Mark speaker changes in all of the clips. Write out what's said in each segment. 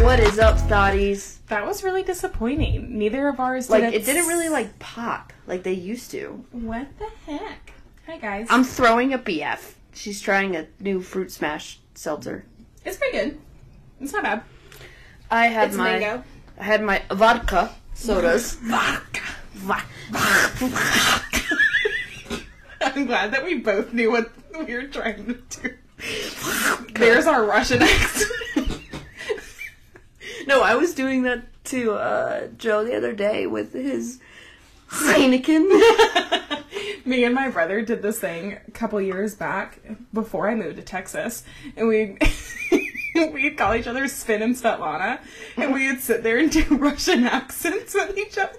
Speaker 1: What is up, Stotties?
Speaker 2: That was really disappointing. Neither of ours did
Speaker 1: Like it didn't really like pop like they used to.
Speaker 2: What the heck? Hi guys.
Speaker 1: I'm throwing a BF. She's trying a new fruit smash seltzer.
Speaker 2: it's pretty good. It's not bad.
Speaker 1: I had
Speaker 2: It's
Speaker 1: my
Speaker 2: mango.
Speaker 1: I had my vodka sodas.
Speaker 2: Fuck.
Speaker 1: Va-
Speaker 2: I'm glad that we both knew what we were trying to do. There's our Russian accent.
Speaker 1: no, I was doing that to uh, Joe the other day with his Heineken.
Speaker 2: Me and my brother did this thing a couple years back before I moved to Texas, and we we'd call each other Spin and Svetlana, and we'd sit there and do Russian accents with each other,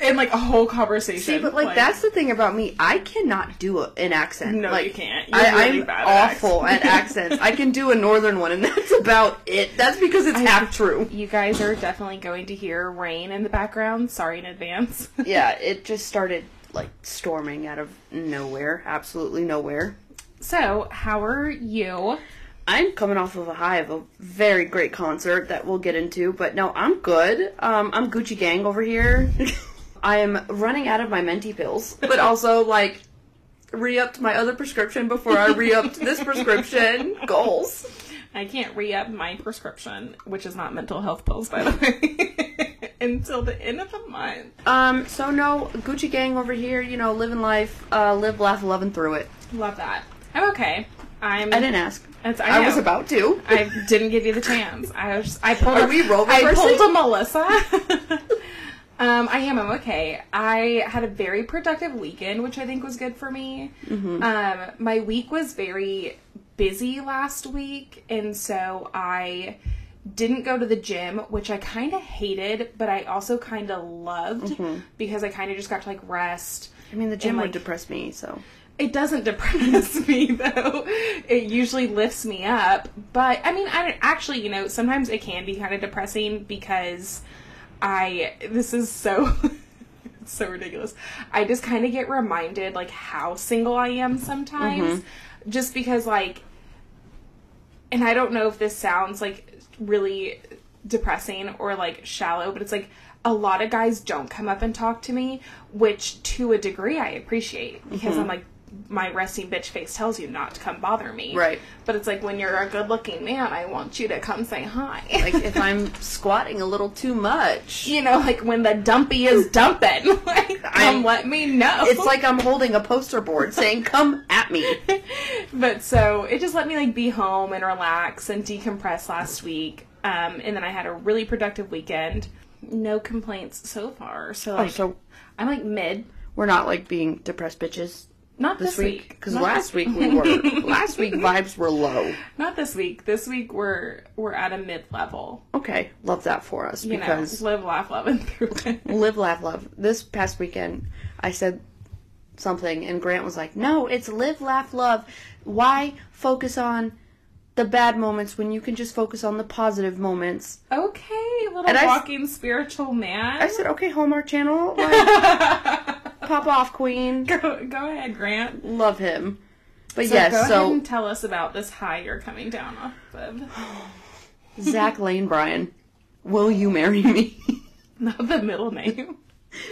Speaker 2: and like a whole conversation.
Speaker 1: See, but like, that's the thing about me. I cannot do a, an accent.
Speaker 2: No,
Speaker 1: like,
Speaker 2: you can't. You're
Speaker 1: I,
Speaker 2: really
Speaker 1: I'm
Speaker 2: bad at
Speaker 1: awful
Speaker 2: accents.
Speaker 1: at accents. I can do a northern one, and that's about it. That's because it's half true.
Speaker 2: you guys are definitely going to hear rain in the background. Sorry in advance.
Speaker 1: Yeah, it just started like storming out of nowhere. Absolutely nowhere.
Speaker 2: so, how are you?
Speaker 1: I'm coming off of a high of a very great concert that we'll get into, but no, I'm good. Um, I'm Gucci Gang over here. I am running out of my Menti pills, but also like re-upped my other prescription before I re-upped this prescription. Goals.
Speaker 2: I can't re up my prescription, which is not mental health pills, by the way, until the end of the month.
Speaker 1: Um, so no, Gucci Gang over here. You know, living life, uh, live, laugh, loving through it.
Speaker 2: Love that. I'm okay. I'm.
Speaker 1: I didn't ask.
Speaker 2: It's, I,
Speaker 1: I, was
Speaker 2: know.
Speaker 1: about to.
Speaker 2: I didn't give you the chance. I was. I pulled.
Speaker 1: Are
Speaker 2: a-
Speaker 1: we role
Speaker 2: I
Speaker 1: reversing?
Speaker 2: pulled a Melissa. um, I am. I'm okay. I had a very productive weekend, which I think was good for me.
Speaker 1: Mm-hmm.
Speaker 2: Um, my week was very busy last week, and so I didn't go to the gym, which I kind of hated, but I also kind of loved because I kind of just got to like rest.
Speaker 1: Mm-hmm. I mean, the gym
Speaker 2: And,
Speaker 1: would
Speaker 2: like-
Speaker 1: depress me, so
Speaker 2: It doesn't depress me though. It usually lifts me up. But I mean, I actually, you know, sometimes it can be kind of depressing because I this is so it's so ridiculous. I just kind of get reminded like how single I am sometimes
Speaker 1: Mm-hmm.
Speaker 2: just because like and I don't know if this sounds like really depressing or like shallow, but it's like a lot of guys don't come up and talk to me, which to a degree I appreciate because
Speaker 1: Mm-hmm.
Speaker 2: I'm like my resting bitch face tells you not to come bother me.
Speaker 1: Right.
Speaker 2: But it's like when you're a good looking man, I want you to come say hi.
Speaker 1: like if I'm squatting a little too much.
Speaker 2: you know, like when the dumpy is dumping, like
Speaker 1: I'm-
Speaker 2: come let me know.
Speaker 1: It's like I'm holding a poster board saying, "Come at me."
Speaker 2: but so it just let me like be home and relax and decompress last week um, and then i had a really productive weekend no complaints so far so like
Speaker 1: Oh, so-
Speaker 2: i'm like mid
Speaker 1: We're not like being depressed bitches
Speaker 2: not
Speaker 1: this
Speaker 2: this,
Speaker 1: week because
Speaker 2: Not
Speaker 1: last week we were. last week vibes were low.
Speaker 2: not this week this week we're we're at a mid level
Speaker 1: Okay, love that for us
Speaker 2: you
Speaker 1: because
Speaker 2: know live laugh love and through it
Speaker 1: live, laugh, love. This past weekend, I said something and Grant was like, "No, it's live, laugh, love. Why focus on the bad moments when you can just focus on the positive moments?"
Speaker 2: okay little
Speaker 1: And I s-
Speaker 2: walking spiritual man
Speaker 1: I said, "Okay, Hallmark Channel, like, pop off, Queen.
Speaker 2: go, go ahead grant
Speaker 1: Love him." But
Speaker 2: so
Speaker 1: yes,
Speaker 2: go
Speaker 1: so
Speaker 2: ahead and tell us about this high you're coming down off of
Speaker 1: Zach Lane Bryan, will you marry me?
Speaker 2: not the middle name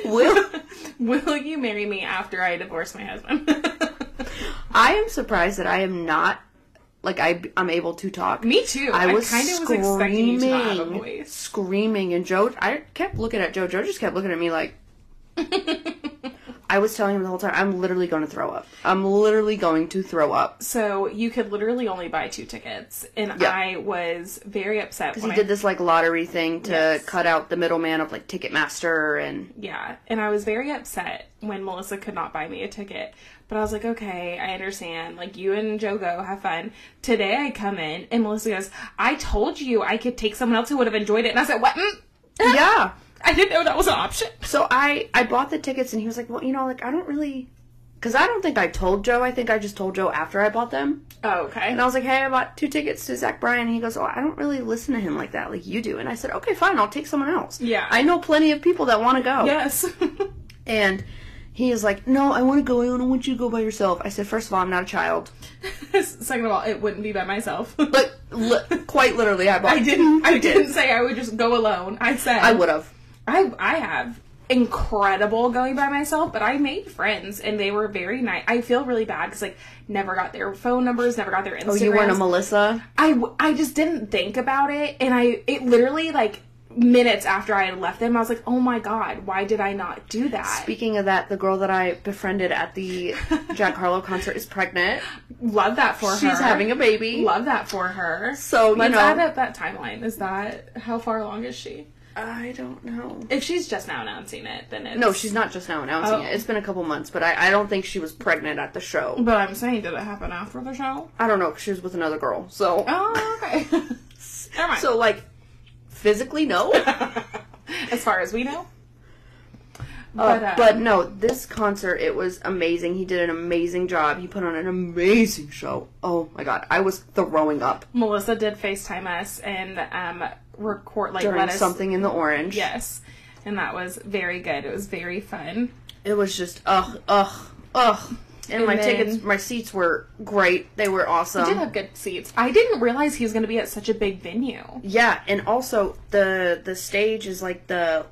Speaker 1: will
Speaker 2: Will you marry me after I divorce my husband?
Speaker 1: I am surprised that I am not like I I'm able to talk.
Speaker 2: me too.
Speaker 1: I was
Speaker 2: kind of was
Speaker 1: screaming,
Speaker 2: expecting you to not have a voice.
Speaker 1: screaming, and Joe. I kept looking at Joe. Joe just kept looking at me like. I was telling him the whole time, I'm literally going to throw up. I'm literally going to throw up.
Speaker 2: So you could literally only buy two tickets, and
Speaker 1: Yeah.
Speaker 2: I was very upset
Speaker 1: He
Speaker 2: when
Speaker 1: did
Speaker 2: I
Speaker 1: this like lottery thing to
Speaker 2: Yes.
Speaker 1: cut out the middleman of like Ticketmaster and
Speaker 2: yeah, and I was very upset when Melissa could not buy me a ticket. But I was like, okay, I understand. Like you and Joe go have fun. Today I come in, and Melissa goes, "I told you I could take someone else who would have enjoyed it," and I said, "What? Mm,
Speaker 1: yeah.
Speaker 2: I didn't know that was an option."
Speaker 1: So I I bought the tickets and he was like, well, you know, like I don't really, because I don't think I told Joe. I think I just told Joe after I bought them.
Speaker 2: Oh, okay.
Speaker 1: And I was like, hey, I bought two tickets to Zach Bryan. And he goes, oh, I don't really listen to him like that, like you do. And I said, okay, fine, I'll take someone else.
Speaker 2: Yeah.
Speaker 1: I know plenty of people that want to go.
Speaker 2: Yes.
Speaker 1: And he is like, no, I want to go. I don't want you to go by yourself. I said, first of all, I'm not a child.
Speaker 2: Second of all, it wouldn't be by myself.
Speaker 1: But Li- quite literally, I bought.
Speaker 2: I didn't. I didn't say I would just go alone. I said
Speaker 1: I would have.
Speaker 2: I I have incredible going by myself, but I made friends and they were very nice. I feel really bad because like never got their phone numbers, never got their Instagram.
Speaker 1: Oh, you weren't a Melissa.
Speaker 2: I w- I just didn't think about it, and I it literally like minutes after I had left them, I was like, oh my god, why did I not do that?
Speaker 1: Speaking of that, the girl that I befriended at the Jack Harlow concert is pregnant.
Speaker 2: Love that for her.
Speaker 1: She's having a baby.
Speaker 2: Love that for her.
Speaker 1: So, you
Speaker 2: Let's
Speaker 1: know-
Speaker 2: add up that timeline. Is that how far along is she?
Speaker 1: I don't know.
Speaker 2: If she's just now announcing it, then it's
Speaker 1: No, she's not just now announcing
Speaker 2: Oh.
Speaker 1: it. It's been a couple months, but I, I don't think she was pregnant at the show.
Speaker 2: But I'm saying, did it happen after the show?
Speaker 1: I don't know 'cause she was with another girl. So,
Speaker 2: Oh, okay. Never mind.
Speaker 1: so like, physically, no.
Speaker 2: as far as we know.
Speaker 1: Uh,
Speaker 2: But, uh,
Speaker 1: but no, this concert it was amazing. He did an amazing job. He put on an amazing show. Oh my god, I was throwing up
Speaker 2: Melissa did FaceTime us and um, record like
Speaker 1: during
Speaker 2: let us
Speaker 1: something in the orange.
Speaker 2: Yes, and that was very good. It was very fun.
Speaker 1: It was just ugh, ugh, ugh. And,
Speaker 2: And
Speaker 1: my
Speaker 2: then-
Speaker 1: tickets, my seats were great. They were awesome.
Speaker 2: We did have good seats. Um, I didn't realize he was going to be at such a big venue.
Speaker 1: yeah, and also the the stage is like the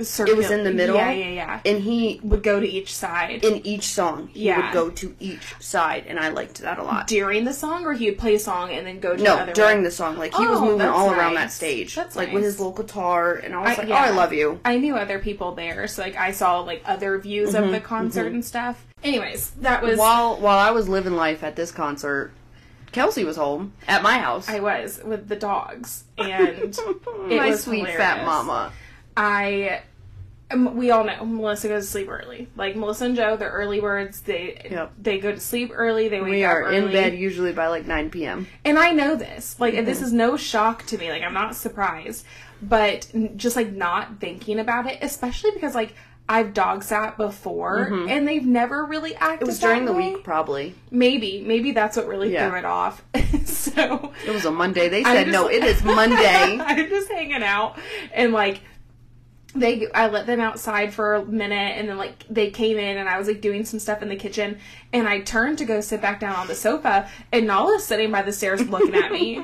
Speaker 2: Circul-
Speaker 1: was in the middle?
Speaker 2: Yeah, yeah, yeah.
Speaker 1: and he
Speaker 2: would go to each side
Speaker 1: in each song he
Speaker 2: Yeah.
Speaker 1: would go to each side, and I liked that a lot.
Speaker 2: during the song, or he would play a song and then go to
Speaker 1: no,
Speaker 2: another
Speaker 1: during
Speaker 2: one?
Speaker 1: the song, like he was
Speaker 2: Oh,
Speaker 1: moving
Speaker 2: that's
Speaker 1: all around that
Speaker 2: nice.
Speaker 1: stage,
Speaker 2: That's
Speaker 1: like with
Speaker 2: nice.
Speaker 1: his little guitar, and I was
Speaker 2: I-
Speaker 1: like,
Speaker 2: yeah.
Speaker 1: "Oh, I love you."
Speaker 2: I knew other people there, so like I saw like other views
Speaker 1: Mm-hmm,
Speaker 2: of the concert and stuff. Anyways, that was
Speaker 1: While while I was living life at this concert, Kelsey was home at my house.
Speaker 2: I was with the dogs, and
Speaker 1: my
Speaker 2: was
Speaker 1: sweet fat
Speaker 2: hilarious.
Speaker 1: mama.
Speaker 2: I. um, We all know Melissa goes to sleep early. Like Melissa and Joe, they're early birds. They
Speaker 1: Yep.
Speaker 2: they go to sleep early. They wake
Speaker 1: We are
Speaker 2: up early.
Speaker 1: in bed Mm-hmm. usually by like 9 p.m.
Speaker 2: and I know this. Like this is no shock to me. Like I'm not surprised, but n- just like not thinking about it, especially because like I've dog sat before and they've never really acted.
Speaker 1: Mm-hmm. It was during the week, probably.
Speaker 2: Maybe maybe that's what really
Speaker 1: Yeah.
Speaker 2: threw it off. so
Speaker 1: It was a Monday. They
Speaker 2: I'm
Speaker 1: said,
Speaker 2: just-
Speaker 1: no, it is Monday.
Speaker 2: I'm just hanging out and like they I let them outside for a minute and then like they came in and I was like doing some stuff in the kitchen and I turned to go sit back down on the sofa and Nala's sitting by the stairs looking at me.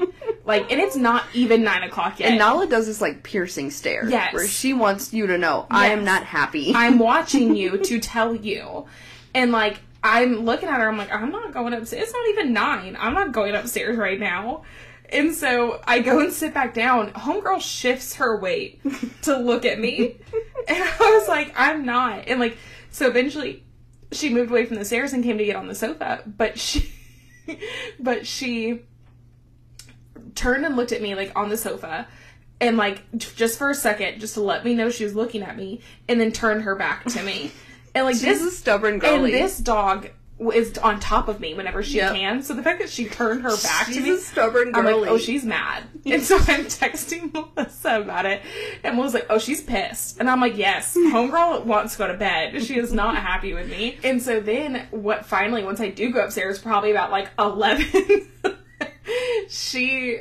Speaker 2: like and it's not even nine o'clock yet.
Speaker 1: and Nala does this like piercing stare.
Speaker 2: Yes.
Speaker 1: Where she wants you to know, I am
Speaker 2: Yes.
Speaker 1: not happy.
Speaker 2: I'm watching you to tell you. And like I'm looking at her, I'm like, I'm not going upstairs. It's not even nine. I'm not going upstairs right now. And so I go and sit back down. Homegirl shifts her weight to look at me. And I was like, I'm not. And like, so eventually she moved away from the stairs and came to get on the sofa. But she, but she turned and looked at me like on the sofa and like j- just for a second just to let me know she was looking at me and then turned her back to me and like
Speaker 1: She's a
Speaker 2: this
Speaker 1: stubborn
Speaker 2: and
Speaker 1: girly.
Speaker 2: this dog w- is on top of me whenever she
Speaker 1: Yep.
Speaker 2: can so the fact that she turned her back
Speaker 1: She's
Speaker 2: to
Speaker 1: a
Speaker 2: me
Speaker 1: stubborn
Speaker 2: I'm
Speaker 1: girly.
Speaker 2: like, oh, she's mad. And so I'm texting Melissa about it. And Melissa's like, oh, she's pissed. And I'm like, yes, homegirl wants to go to bed. She is not happy with me. And so then, what finally, once I do go upstairs, probably about like 11, she.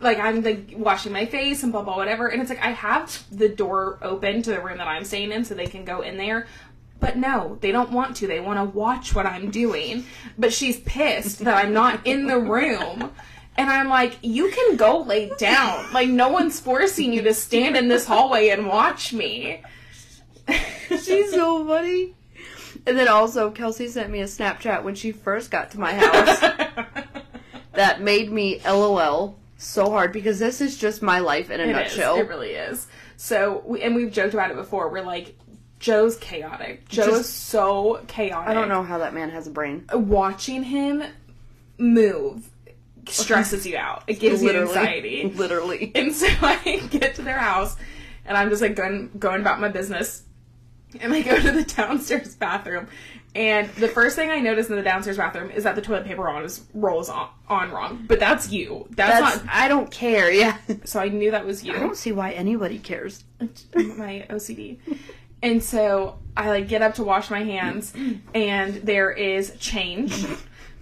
Speaker 2: Like I'm like washing my face and blah blah whatever, and it's like I have the door open to the room that I'm staying in, so they can go in there. But no, they don't want to. They want to watch what I'm doing. But she's pissed that I'm not in the room. And I'm like, you can go lay down. Like, no one's forcing you to stand in this hallway and watch me.
Speaker 1: She's so funny. And then also, Kelsey sent me a Snapchat when she first got to my house that made me LOL so hard because this is just my life in a
Speaker 2: It is.
Speaker 1: nutshell.
Speaker 2: It really is. So, we, and we've joked about it before. We're like, Joe's chaotic. Joe is
Speaker 1: Just-
Speaker 2: so chaotic.
Speaker 1: I don't know how that man has a brain.
Speaker 2: Oh, Watching him move stresses you out. It gives you anxiety.
Speaker 1: Literally.
Speaker 2: And so I get to their house and I'm just like going going about my business. And I go to the downstairs bathroom. And the first thing I notice in the downstairs bathroom is that the toilet paper roll is rolls on, on wrong. But that's you. That's,
Speaker 1: That's,
Speaker 2: not
Speaker 1: I don't care, yeah.
Speaker 2: so I knew that was
Speaker 1: I
Speaker 2: you.
Speaker 1: don't see why anybody cares.
Speaker 2: my OCD. And so I like get up to wash my hands and there is change.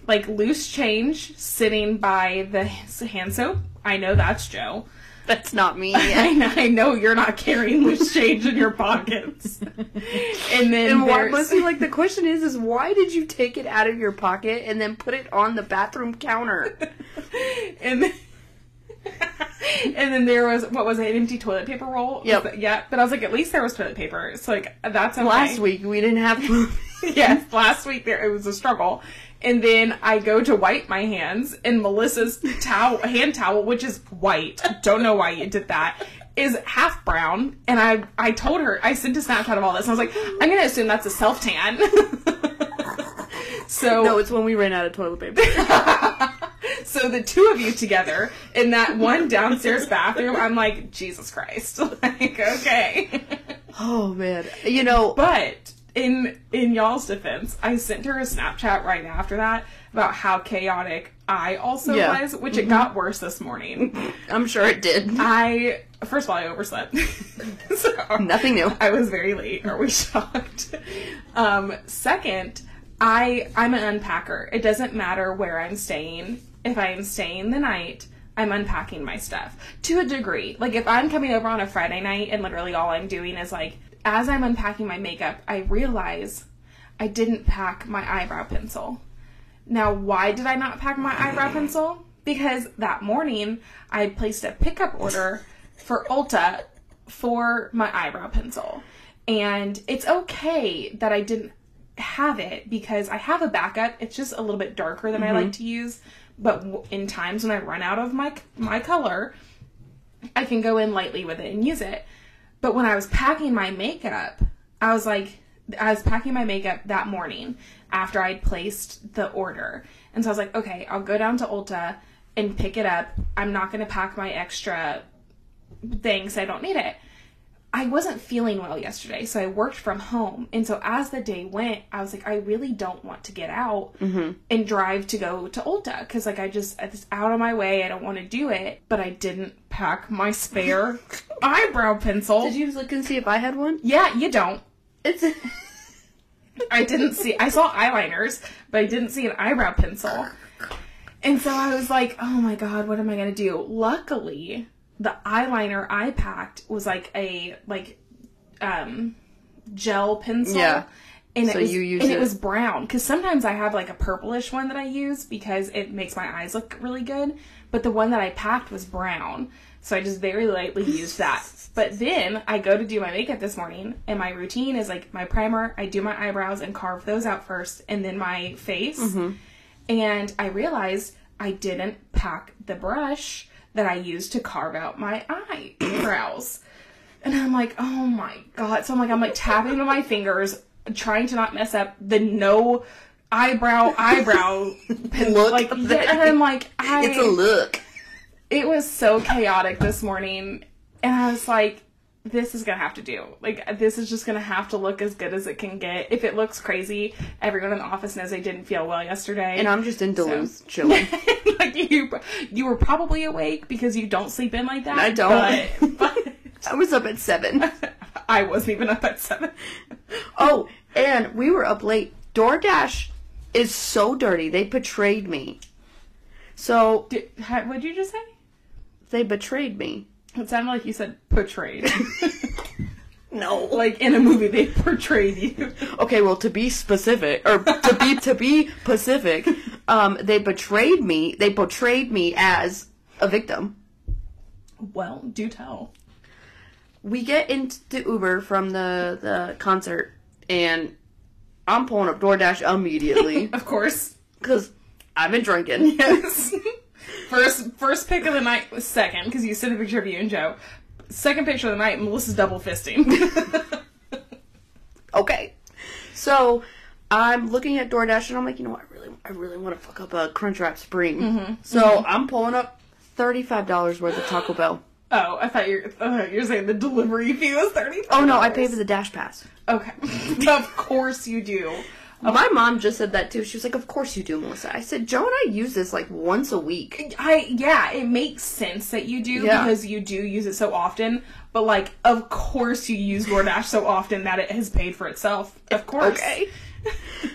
Speaker 2: Like loose change sitting by the hand soap. I know that's Joe.
Speaker 1: That's not me.
Speaker 2: I, kn- I know you're not carrying loose change in your pockets. And then
Speaker 1: And why
Speaker 2: there's,
Speaker 1: must be like the question is is why did you take it out of your pocket and then put it on the bathroom counter?
Speaker 2: and then, and then there was what was it, an empty toilet paper roll?
Speaker 1: Yep.
Speaker 2: But- yeah. But I was like, at least there was toilet paper. So like that's okay.
Speaker 1: Last week we didn't have
Speaker 2: yes, last week there it was a struggle. And then I go to wipe my hands, and Melissa's towel, hand towel, which is white, don't know why you did that, is half brown. And I, I told her, I sent a Snapchat of all this, and I was like, I'm gonna assume that's a self tan. so
Speaker 1: No, it's when we ran out of toilet paper.
Speaker 2: so the two of you together in that one downstairs bathroom, I'm like, Jesus Christ. Like, okay.
Speaker 1: oh man. You know
Speaker 2: But in in y'all's defense, I sent her a Snapchat right after that about how chaotic I also
Speaker 1: Yeah.
Speaker 2: was, which it got worse this morning.
Speaker 1: I'm sure it did.
Speaker 2: I first of all I overslept. so
Speaker 1: Nothing new.
Speaker 2: I was very late. Are we shocked? Um, second, I I'm an unpacker. It doesn't matter where I'm staying. If I am staying the night, I'm unpacking my stuff to a degree. Like if I'm coming over on a Friday night and literally all I'm doing is like as I'm unpacking my makeup, I realize I didn't pack my eyebrow pencil. Now, why did I not pack my eyebrow pencil? Because that morning I placed a pickup order for Ulta for my eyebrow pencil. And it's okay that I didn't have it because I have a backup. It's just a little bit darker than I like to use, but w- in times when I run out of my my color, I can go in lightly with it and use it. But when I was packing my makeup, I was like, I was packing my makeup that morning after I'd placed the order. And so I was like, okay, I'll go down to Ulta and pick it up. I'm not going to pack my extra things. I don't need it. I wasn't feeling well yesterday, so I worked from home. And so as the day went, I was like, I really don't want to get out
Speaker 1: Mm-hmm.
Speaker 2: and drive to go to Ulta because, like, I just, it's out of my way. I don't want to do it. But I didn't pack my spare eyebrow pencil.
Speaker 1: Did you look and see if I had one?
Speaker 2: yeah, you don't.
Speaker 1: It's
Speaker 2: I didn't see. I saw eyeliners, but I didn't see an eyebrow pencil. And so I was like, "Oh my god, what am I gonna do?" Luckily, the eyeliner I packed was like a like um gel pencil.
Speaker 1: Yeah.
Speaker 2: And
Speaker 1: So
Speaker 2: it was,
Speaker 1: you used
Speaker 2: and it,
Speaker 1: it-
Speaker 2: was brown because sometimes I have like a purplish one that I use because it makes my eyes look really good. But the one that I packed was brown, so I just very lightly used that. But then I go to do my makeup this morning, and my routine is like my primer. I do my eyebrows and carve those out first, and then my face.
Speaker 1: Mm-hmm.
Speaker 2: And I realized I didn't pack the brush that I used to carve out my eyebrows. And I'm like, oh my god. So I'm like, I'm like tapping with my fingers, trying to not mess up the no eyebrow eyebrow.
Speaker 1: look
Speaker 2: like, yeah, and I'm like, I,
Speaker 1: It's a look.
Speaker 2: it was so chaotic this morning, and I was like, this is gonna have to do. Like, this is just gonna have to look as good as it can get. If it looks crazy, everyone in the office knows I didn't feel well yesterday.
Speaker 1: And I'm just in Duluth chilling.
Speaker 2: like you, you were probably awake because you don't sleep in like that.
Speaker 1: I don't.
Speaker 2: But, but
Speaker 1: I was up at seven.
Speaker 2: I wasn't even up at seven.
Speaker 1: Oh, and we were up late. DoorDash is so dirty. They betrayed me. So
Speaker 2: Did, how, what'd you just say?
Speaker 1: they betrayed me.
Speaker 2: It sounded like you said portrayed.
Speaker 1: No.
Speaker 2: like in a movie, they portrayed you.
Speaker 1: Okay, well to be specific or to be to be Pacific, um, they betrayed me. They portrayed me as a victim.
Speaker 2: Well, do tell.
Speaker 1: we get into the Uber from the the concert, and I'm pulling up DoorDash immediately
Speaker 2: Of course.
Speaker 1: because I've been drinking.
Speaker 2: Yes. first first pick of the night was second because you sent a picture of you and Joe. Second picture of the night, Melissa's double fisting.
Speaker 1: Okay, so I'm looking at DoorDash and I'm like, you know what? I really, I really want to fuck up a Crunchwrap Supreme. So I'm pulling up thirty five dollars worth of Taco Bell.
Speaker 2: oh, I thought you're uh, you're saying the delivery fee was thirty.
Speaker 1: Oh no, I paid for the Dash Pass.
Speaker 2: Okay, of course you do.
Speaker 1: Oh, My mom just said that too. She was like, "Of course you do, Melissa." I said, "Joe and I use this like once a week."
Speaker 2: I yeah, it makes sense that you do
Speaker 1: Yeah.
Speaker 2: because you do use it so often. But like, of course you use DoorDash so often that it has paid for itself. Of course.
Speaker 1: Okay.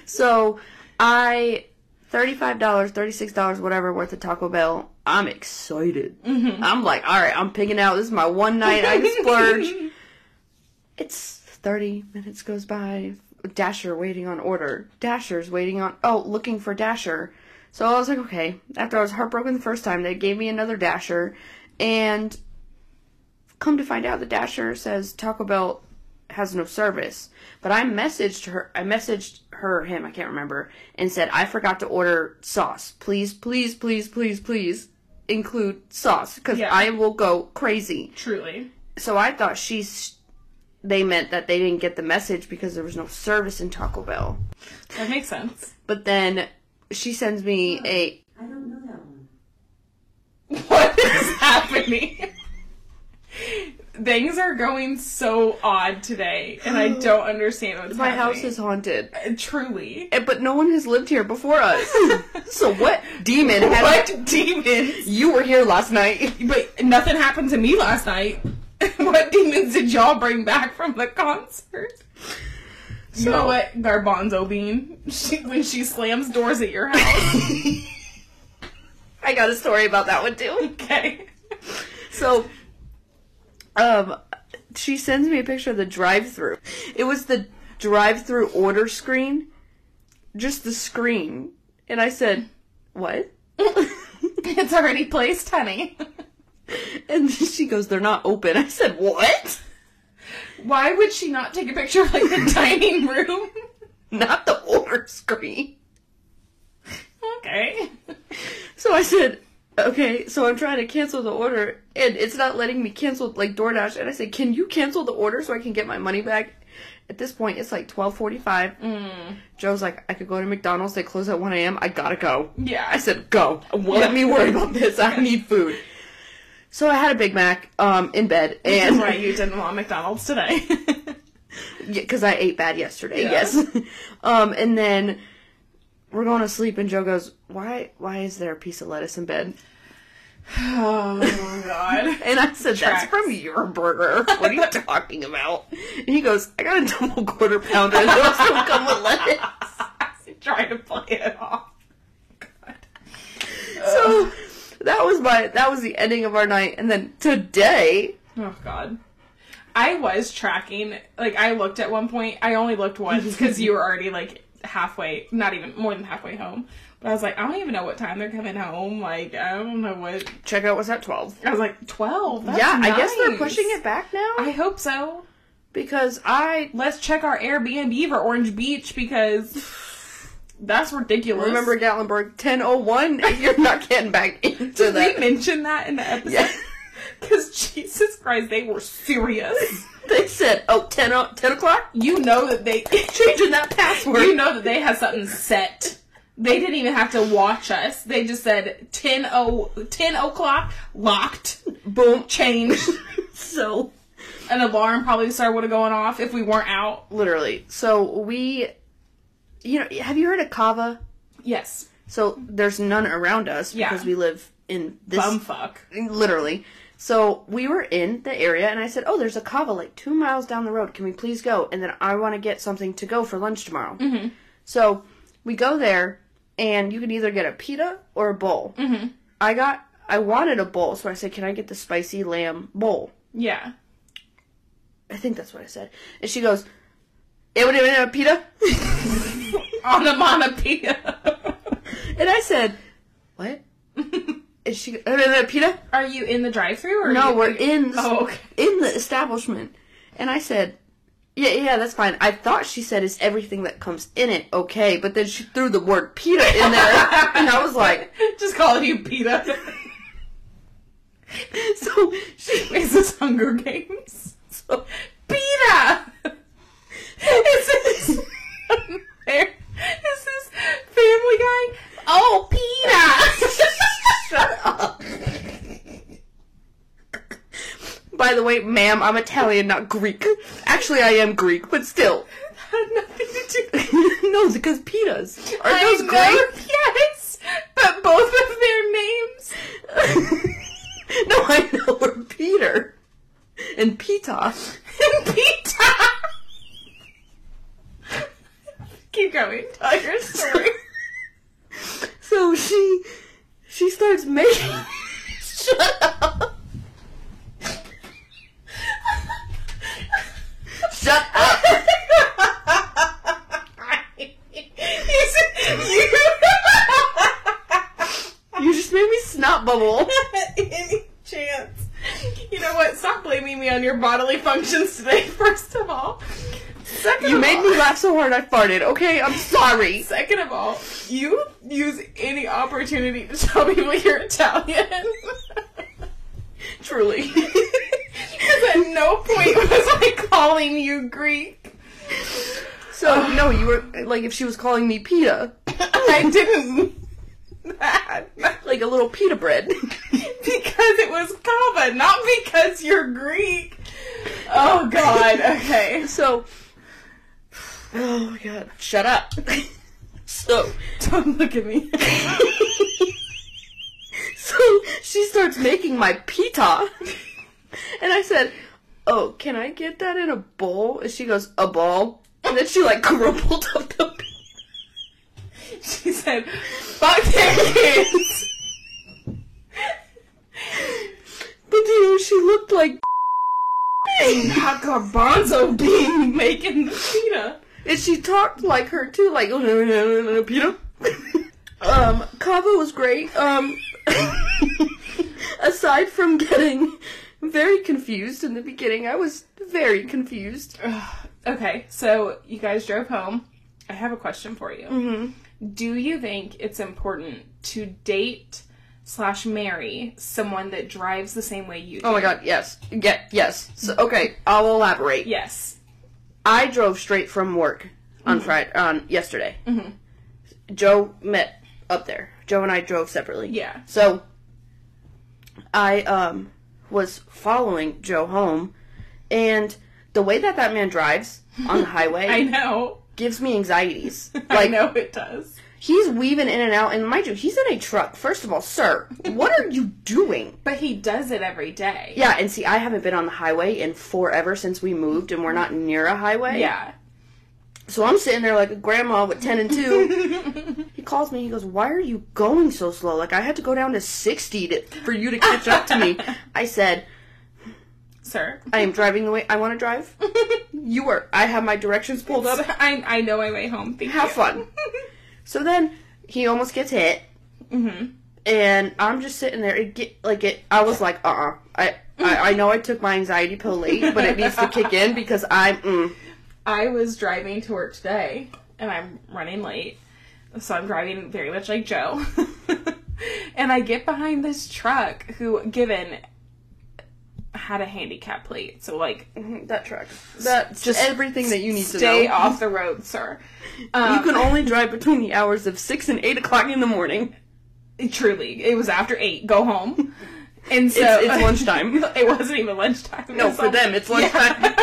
Speaker 1: So I thirty-five dollars, thirty-six dollars, whatever worth of Taco Bell. I'm excited. I'm like, all right, I'm picking out. This is my one night I can splurge. It's thirty minutes goes by. Dasher waiting on order. Dasher's waiting on. Oh, looking for Dasher. So I was like, okay. After I was heartbroken the first time, they gave me another Dasher. And come to find out, the Dasher says Taco Bell has no service. But I messaged her, I messaged her, him, I can't remember, and said, I forgot to order sauce. Please, please, please, please, please include sauce because
Speaker 2: Yeah.
Speaker 1: I will go crazy.
Speaker 2: Truly.
Speaker 1: So I thought she, s- they meant that they didn't get the message because there was no service in Taco Bell.
Speaker 2: That makes sense.
Speaker 1: But then she sends me a
Speaker 3: I don't know that one.
Speaker 2: What is happening? Things are going so odd today, and I don't understand what's
Speaker 1: my house
Speaker 2: happening.
Speaker 1: is haunted,
Speaker 2: is truly.
Speaker 1: And- but no one has lived here before us. so what demon? Had
Speaker 2: What demons?
Speaker 1: You were here last night.
Speaker 2: But nothing happened to me last night. what demons did y'all bring back from the concert? You know
Speaker 1: So-
Speaker 2: what, Garbanzo Bean? She, when she slams doors at your house.
Speaker 1: I got a story about that one too.
Speaker 2: okay.
Speaker 1: So, um, she sends me a picture of the drive-through. It was the drive-through order screen, just the screen, and I said, "What?"
Speaker 2: It's already placed, honey.
Speaker 1: And she goes, "They're not open." I said, "What?"
Speaker 2: Why would she not take a picture of like the dining room?
Speaker 1: Not the order screen.
Speaker 2: Okay.
Speaker 1: So I said, okay, so I'm trying to cancel the order, and it's not letting me cancel like DoorDash. And I said, can you cancel the order so I can get my money back? At this point, it's like 12:45.
Speaker 2: Mm.
Speaker 1: Joe's like, I could go to McDonald's. They close at 1 a.m. I gotta go.
Speaker 2: Yeah,
Speaker 1: I said, go. Let me worry about this. I need food. So I had a Big Mac um, in bed, and
Speaker 2: Right, you didn't want McDonald's today.
Speaker 1: because I ate bad yesterday.
Speaker 2: Yeah.
Speaker 1: Yes. um, and then we're going to sleep, and Joe goes, "Why? Why is there a piece of lettuce in bed?"
Speaker 2: oh god.
Speaker 1: And I said,
Speaker 2: Tracks.
Speaker 1: "That's from your burger. What are you talking about?" And he goes, "I got a double quarter pounder. and Those don't come with lettuce."
Speaker 2: Trying to play it off.
Speaker 1: So that was my that was the ending of our night. And then today,
Speaker 2: Oh god. I was tracking. Like I looked at one point. I only looked once because you were already like halfway, not even more than halfway home. But I was like, I don't even know what time they're coming home. Like I don't know what.
Speaker 1: check out was at twelve.
Speaker 2: I was like twelve. That's
Speaker 1: yeah, I guess they're
Speaker 2: nice.
Speaker 1: pushing it back now
Speaker 2: I hope so.
Speaker 1: because I
Speaker 2: Let's check our Airbnb for Orange Beach because that's ridiculous.
Speaker 1: remember Gatlinburg ten oh one. You're not getting back into
Speaker 2: Did we
Speaker 1: that.
Speaker 2: mention that in the episode?
Speaker 1: Yeah.
Speaker 2: Because Jesus Christ, they were serious.
Speaker 1: They said, "Oh, 10, o- 10 o'clock,
Speaker 2: You know that they
Speaker 1: changing that password."
Speaker 2: You know that they had something set. They didn't even have to watch us. They just said 10, o- 10 o'clock, locked,
Speaker 1: Boom.
Speaker 2: changed.
Speaker 1: So
Speaker 2: An alarm probably started would have gone off if we weren't out.
Speaker 1: literally, so we, you know, have you heard of kava?
Speaker 2: Yes.
Speaker 1: So there's none around us
Speaker 2: Yeah.
Speaker 1: because we live in this
Speaker 2: Bumfuck.
Speaker 1: literally. So we were in the area and I said, "Oh, there's a kava like 2 miles down the road. Can we please go?" And then I want to get something to go for lunch tomorrow. So we go there and you can either get a pita or a bowl. I got I wanted a bowl, so I said, "Can I get the spicy lamb bowl?"
Speaker 2: Yeah.
Speaker 1: I think that's what I said. And she goes, "It would have been a pita?"
Speaker 2: Onomatopoeia.
Speaker 1: and I said, "What?" And she goes, "It would have been a pita?"
Speaker 2: Are you in the drive through or
Speaker 1: No,
Speaker 2: you-
Speaker 1: we're in the,
Speaker 2: Oh, okay.
Speaker 1: in the establishment. And I said, yeah, yeah, that's fine. I thought she said, is everything that comes in it okay? But then she threw the word pita in there. and I was like,
Speaker 2: Just calling you PETA.
Speaker 1: so she,
Speaker 2: Is this Hunger Games? So, PETA! Is this. Is this Family Guy? Oh, PETA!
Speaker 1: shut up. By the way, ma'am, I'm Italian, not Greek. Actually, I am Greek, but still.
Speaker 2: Had nothing to do.
Speaker 1: no, because pitas. Are
Speaker 2: I
Speaker 1: those
Speaker 2: know,
Speaker 1: Greek?
Speaker 2: Yes! But both of their names.
Speaker 1: no, I know we're Peter. And pita.
Speaker 2: PETA! Keep going. Tell your story.
Speaker 1: So she she starts making Shut up. Shut up.
Speaker 2: you
Speaker 1: not bubble.
Speaker 2: Any chance. You know what? Stop blaming me on your bodily functions today, first of all. Second
Speaker 1: You
Speaker 2: of
Speaker 1: made
Speaker 2: all-
Speaker 1: me laugh so hard I farted. Okay, I'm sorry.
Speaker 2: Second of all, you use any opportunity to tell people you're Italian. Truly. Because at no point was I calling you Greek.
Speaker 1: So no, you were like if she was calling me pita,
Speaker 2: I didn't. That.
Speaker 1: like a little pita bread.
Speaker 2: because it was Kava, not because you're Greek. Oh God. Okay.
Speaker 1: so, oh my god, shut up. so,
Speaker 2: Don't look at me.
Speaker 1: so she starts making my pita, and I said, "Oh, can I get that in a bowl?" And she goes, "A bowl," and then she like crumpled up the pita.
Speaker 2: She said, "Fuck their kids."
Speaker 1: But dude, she looked like
Speaker 2: Not garbanzo bean making the pita.
Speaker 1: And she talked like her too, like "Oh, Peter. um, Kava was great. Um, aside from getting very confused in the beginning, I was very confused.
Speaker 2: Ugh. Okay, so you guys drove home. I have a question for you.
Speaker 1: Mm-hmm.
Speaker 2: Do you think it's important to date slash marry someone that drives the same way you do?
Speaker 1: Oh my god, yes, yeah, yes. So, okay, I'll elaborate.
Speaker 2: Yes.
Speaker 1: I drove straight from work on Friday on yesterday. Joe met up there. Joe and I drove separately.
Speaker 2: Yeah.
Speaker 1: So I um was following Joe home and the way that that man drives on the highway
Speaker 2: I know.
Speaker 1: gives me anxieties.
Speaker 2: I
Speaker 1: Like
Speaker 2: know it does.
Speaker 1: he's weaving in and out and mind you, he's in a truck. First of all, sir, what are you doing?
Speaker 2: But he does it every day.
Speaker 1: Yeah, and see I haven't been on the highway in forever since we moved and we're not near a highway.
Speaker 2: Yeah.
Speaker 1: So I'm sitting there like a grandma with 10 and 2. he calls me. He goes, Why are you going so slow? Like, I had to go down to 60 to, for you to catch up to me. I said,
Speaker 2: Sir.
Speaker 1: I am driving the way I want to drive. You are. I have my directions pulled up.
Speaker 2: I, I know my way home. Thank
Speaker 1: Have
Speaker 2: you.
Speaker 1: fun. So then he almost gets hit. Mm-hmm.
Speaker 2: Mhm.
Speaker 1: And I'm just sitting there. It get, like it. I was like, uh uh I, I, I know I took my anxiety pill late, but it needs to kick in because I'm. Mm.
Speaker 2: I was driving to work today and I'm running late. So I'm driving very much like Joe. and I get behind this truck who, given, had a handicap plate. So, like,
Speaker 1: Mm-hmm. That truck. That's just everything that you need to know.
Speaker 2: stay off the road, sir. Um,
Speaker 1: You can only drive between the hours of six and eight o'clock in the morning.
Speaker 2: Truly, it was after eight. Go home. And so.
Speaker 1: It's, uh, it's lunchtime.
Speaker 2: it wasn't even lunchtime.
Speaker 1: No,
Speaker 2: It's
Speaker 1: for
Speaker 2: all-
Speaker 1: them it's lunchtime.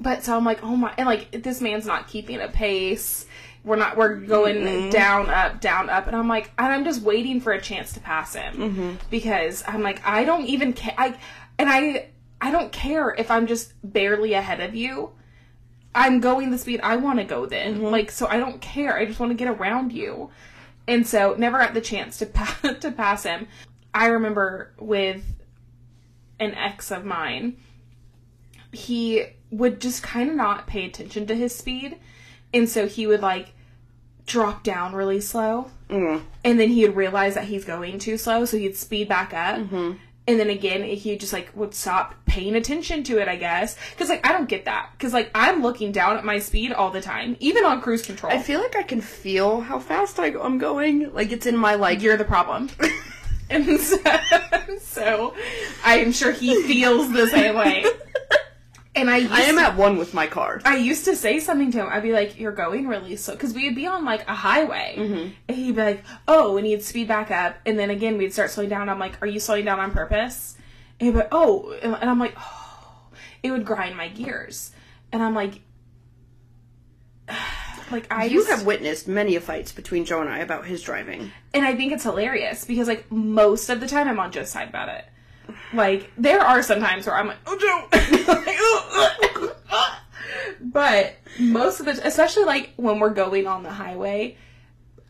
Speaker 2: but so I'm like, oh my, and like this man's not keeping a pace. We're not. We're going down, up, down, up, and I'm like, and I'm just waiting for a chance to pass him because I'm like, I don't even care. I and I, I don't care if I'm just barely ahead of you. I'm going the speed I want to go. Then, like, so I don't care. I just want to get around you, and so never got the chance to pa- to pass him. I remember with an ex of mine he would just kind of not pay attention to his speed. And so he would like drop down really slow. And then he would realize that he's going too slow. So he'd speed back up. And then again, he just like would stop paying attention to it, I guess. Cause like, I don't get that. Cause like, I'm looking down at my speed all the time, even on cruise control.
Speaker 1: I feel like I can feel how fast I, I'm going. Like it's in my like.
Speaker 2: You're the problem. and so, so I'm sure he feels the same way. And I, used
Speaker 1: I am
Speaker 2: to-
Speaker 1: at one with my car.
Speaker 2: I used to say something to him. I'd be like, "You're going really slow," because we would be on like a highway,
Speaker 1: Mm-hmm.
Speaker 2: and he'd be like, "Oh," and he'd speed back up, and then again we'd start slowing down. I'm like, "Are you slowing down on purpose?" And he'd be like, "Oh," and and I'm like, "Oh," it would grind my gears, and I'm like, "Like I
Speaker 1: You
Speaker 2: used
Speaker 1: have witnessed many a fights between Joe and I about his driving.
Speaker 2: and I think it's hilarious because like most of the time I'm on Joe's side about it. Like there are some times where I'm like, oh Joe, Like, "Oh, uh, uh." but most of the, especially like when we're going on the highway,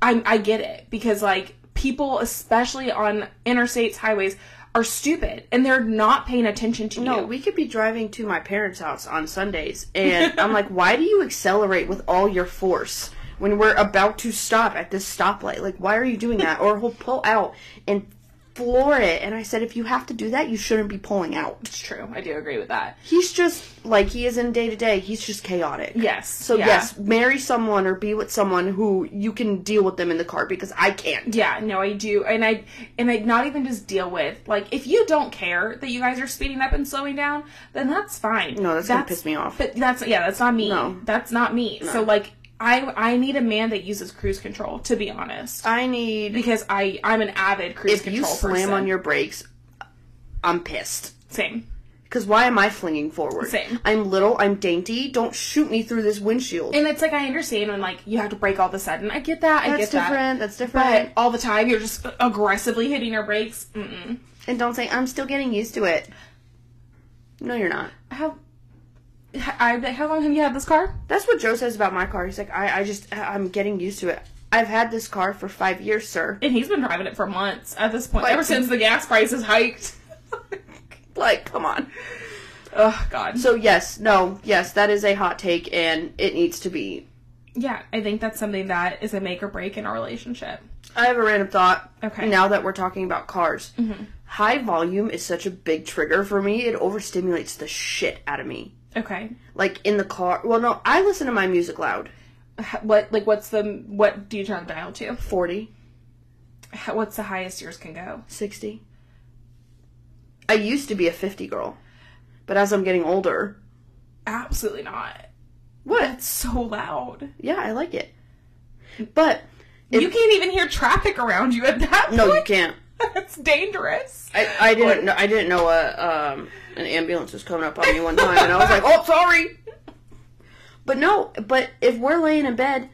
Speaker 2: I I get it because like people, especially on interstates, highways, are stupid and they're not paying attention to
Speaker 1: No,
Speaker 2: you.
Speaker 1: we could be driving to my parents' house on Sundays, and I'm like, why do you accelerate with all your force when we're about to stop at this stoplight? Like, why are you doing that? Or he'll pull out and floor it. And I said, if you have to do that, you shouldn't be pulling out.
Speaker 2: It's true. I do agree with that.
Speaker 1: He's just like he is in day to day. He's just chaotic.
Speaker 2: Yes.
Speaker 1: So
Speaker 2: yeah.
Speaker 1: yes, marry someone or be with someone who you can deal with them in the car because I can't.
Speaker 2: Yeah, no, I do, and I and I not even just deal with like if you don't care that you guys are speeding up and slowing down, then that's fine.
Speaker 1: No, that's gonna piss me off.
Speaker 2: But that's yeah, that's not me.
Speaker 1: No.
Speaker 2: that's not me. So like, I I need a man that uses cruise control to be honest,
Speaker 1: I need
Speaker 2: because I I'm an avid cruise
Speaker 1: if you
Speaker 2: control
Speaker 1: slam
Speaker 2: person.
Speaker 1: on your brakes, I'm pissed.
Speaker 2: same.
Speaker 1: Because why am I flinging forward?
Speaker 2: Same.
Speaker 1: I'm little. I'm dainty. Don't shoot me through this windshield.
Speaker 2: And it's like I understand when like you have to break all of a sudden. I get that. I
Speaker 1: That's
Speaker 2: get
Speaker 1: different.
Speaker 2: that.
Speaker 1: That's different.
Speaker 2: But all the time you're just aggressively hitting your brakes. Mm-mm.
Speaker 1: and don't say I'm still getting used to it. No, you're not.
Speaker 2: How I how long have you had this car?
Speaker 1: That's what Joe says about my car. He's like, I, I just, I'm getting used to it. I've had this car for five years, sir.
Speaker 2: And he's been driving it for months at this point,
Speaker 1: Like-
Speaker 2: ever since the gas prices hiked.
Speaker 1: Like, come on.
Speaker 2: oh God.
Speaker 1: So yes, no, yes, that is a hot take, and it needs to be.
Speaker 2: Yeah, I think that's something that is a make or break in our relationship.
Speaker 1: I have a random thought.
Speaker 2: Okay. Mm-hmm.
Speaker 1: Now that we're talking about cars, high volume is such a big trigger for me. It overstimulates the shit out of me.
Speaker 2: Okay.
Speaker 1: Like in the car. Well, no, I listen to my music loud.
Speaker 2: H- What like what's the what do you turn the dial to?
Speaker 1: 40,
Speaker 2: H- What's the highest yours can go?
Speaker 1: 60. I used to be a 50 girl, but as I'm getting older,
Speaker 2: Absolutely not.
Speaker 1: what?
Speaker 2: That's so loud.
Speaker 1: Yeah, I like it. But If-
Speaker 2: you can't even hear traffic around you at that point.
Speaker 1: no, you can't.
Speaker 2: That's dangerous.
Speaker 1: I, I didn't know I didn't know a um an ambulance was coming up on me one time, and I was like, oh, sorry. But no, but if we're laying in bed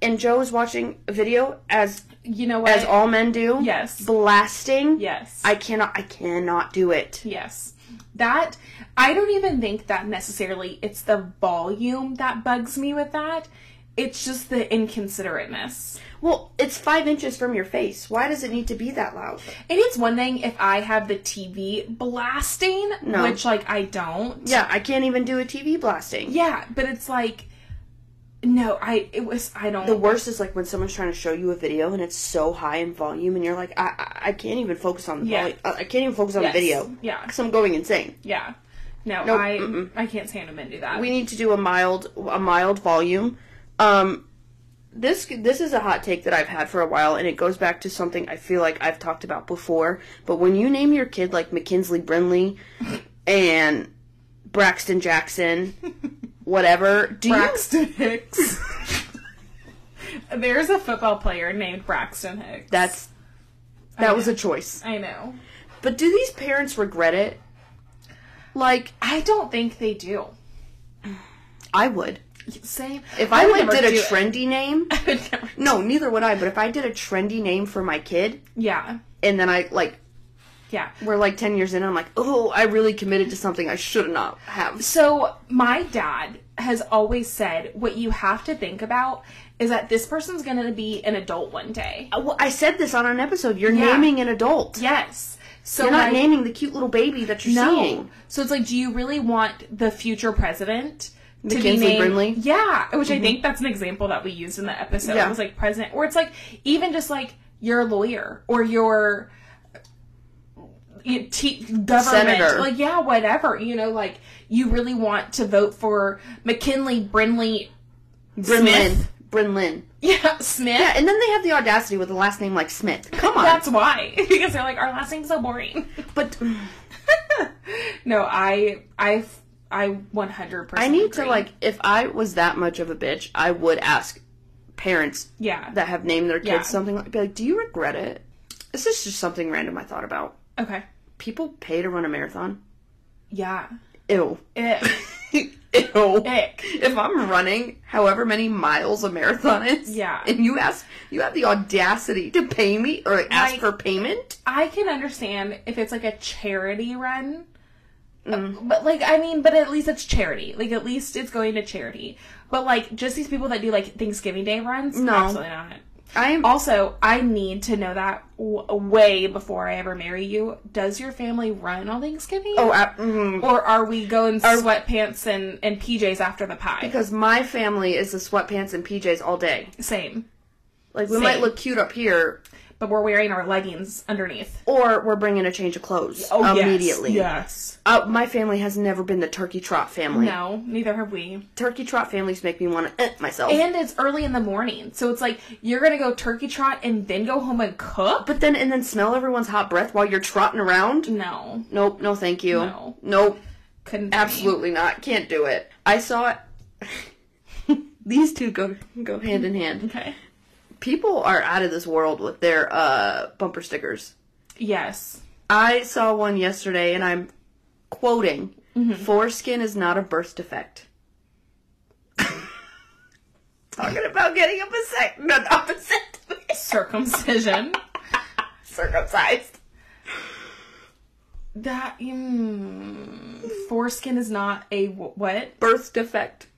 Speaker 1: and Joe is watching a video as
Speaker 2: You know what?
Speaker 1: as all men do,
Speaker 2: Yes.
Speaker 1: blasting,
Speaker 2: yes.
Speaker 1: I cannot I cannot do it.
Speaker 2: Yes. That I don't even think that necessarily it's the volume that bugs me with that. It's just the inconsiderateness.
Speaker 1: Well, it's five inches from your face. Why does it need to be that loud?
Speaker 2: And it's one thing if I have the TV blasting, which like I don't.
Speaker 1: Yeah, I can't even do a TV blasting.
Speaker 2: Yeah, but it's like no, I it was I don't
Speaker 1: The worst is like when someone's trying to show you a video and it's so high in volume, and you're like, I I, I can't even focus on the
Speaker 2: Yeah.
Speaker 1: volu- I I can't even focus on
Speaker 2: Yes.
Speaker 1: the video.
Speaker 2: Yeah.
Speaker 1: because I'm going insane.
Speaker 2: Yeah. No,
Speaker 1: Nope,
Speaker 2: I
Speaker 1: mm-mm.
Speaker 2: I can't stand when men do that.
Speaker 1: we need to do a mild a mild volume. Um, this this is a hot take that I've had for a while, and it goes back to something I feel like I've talked about before. But when you name your kid like McKinsley Brinley and Braxton Jackson, whatever, do you?
Speaker 2: Braxton Hicks. There's a football player named Braxton Hicks.
Speaker 1: That's that was a choice.
Speaker 2: I know.
Speaker 1: But do these parents regret it? Like
Speaker 2: I don't think they do.
Speaker 1: I would
Speaker 2: Same.
Speaker 1: if I,
Speaker 2: would
Speaker 1: like
Speaker 2: never
Speaker 1: did a
Speaker 2: do it.
Speaker 1: trendy name.
Speaker 2: I would never-
Speaker 1: No, neither would I. But if I did a trendy name for my kid,
Speaker 2: yeah,
Speaker 1: and then I like
Speaker 2: yeah.
Speaker 1: we're like 10 years in i'm like oh i really committed to something i should not have
Speaker 2: So my dad has always said, what you have to think about is that this person's going to be an adult one day.
Speaker 1: well, i said this on an episode you're
Speaker 2: Yeah.
Speaker 1: naming an adult
Speaker 2: Yes. So
Speaker 1: you're not
Speaker 2: like,
Speaker 1: naming the cute little baby that you're
Speaker 2: no.
Speaker 1: seeing
Speaker 2: So it's like, do you really want the future president? To
Speaker 1: Mackenzie
Speaker 2: be named,
Speaker 1: Brinley?
Speaker 2: yeah, which I think that's an example that we used in the episode.
Speaker 1: Yeah.
Speaker 2: It was like president, or it's like even just like your lawyer or your you- te- government,
Speaker 1: Senator.
Speaker 2: like yeah, whatever. You know, like you really want to vote for McKinley Brinley,
Speaker 1: brinlin brinlin
Speaker 2: yeah, Smith.
Speaker 1: yeah and then they have the audacity with a last name like smith come on
Speaker 2: That's why because they're like our last name's so boring.
Speaker 1: but
Speaker 2: no, I, I, I one hundred percent.
Speaker 1: i need to like if i was that much of a bitch i would ask parents
Speaker 2: yeah.
Speaker 1: that have named their kids
Speaker 2: Yeah.
Speaker 1: something like be like do you regret it this is just something random i thought about
Speaker 2: okay.
Speaker 1: people pay to run a marathon
Speaker 2: Yeah.
Speaker 1: ew
Speaker 2: Ick.
Speaker 1: ew
Speaker 2: Ick.
Speaker 1: if I'm running however many miles a marathon is,
Speaker 2: Yeah.
Speaker 1: and you ask, you have the audacity to pay me or ask
Speaker 2: Like-
Speaker 1: for payment.
Speaker 2: I can understand if it's like a charity run. uh, But like I mean, but at least it's charity. Like at least it's going to charity. But like just these people that do like Thanksgiving Day runs,
Speaker 1: No.
Speaker 2: absolutely not.
Speaker 1: I'm
Speaker 2: Also, I need to know that w- way before I ever marry you. Does your family run on Thanksgiving?
Speaker 1: oh, I, mm,
Speaker 2: or are we going sweatpants and, and PJs after the pie?
Speaker 1: because my family is the sweatpants and PJs all day.
Speaker 2: Same.
Speaker 1: Like we
Speaker 2: Same.
Speaker 1: might look cute up here,
Speaker 2: but we're wearing our leggings underneath.
Speaker 1: Or we're bringing a change of clothes
Speaker 2: Oh,
Speaker 1: immediately.
Speaker 2: Yes.
Speaker 1: Uh, my family has never been the turkey trot family.
Speaker 2: No, neither have we.
Speaker 1: Turkey trot families make me want to eh, myself.
Speaker 2: And it's early in the morning, so it's like you're gonna go turkey trot and then go home and cook.
Speaker 1: but then, and then smell everyone's hot breath while you're trotting around?
Speaker 2: No,
Speaker 1: Nope, no thank you.
Speaker 2: No.
Speaker 1: Nope,
Speaker 2: couldn't. be.
Speaker 1: absolutely not. Can't do it. I saw it. These two go go hand in hand.
Speaker 2: Okay.
Speaker 1: People are out of this world with their uh, bumper stickers.
Speaker 2: Yes.
Speaker 1: I saw one yesterday, and I'm quoting: "Foreskin is not a birth defect." Talking about getting a vasect- no, not vasectomy,
Speaker 2: Circumcision.
Speaker 1: circumcised.
Speaker 2: that mm, foreskin is not a wh- what?
Speaker 1: Birth defect.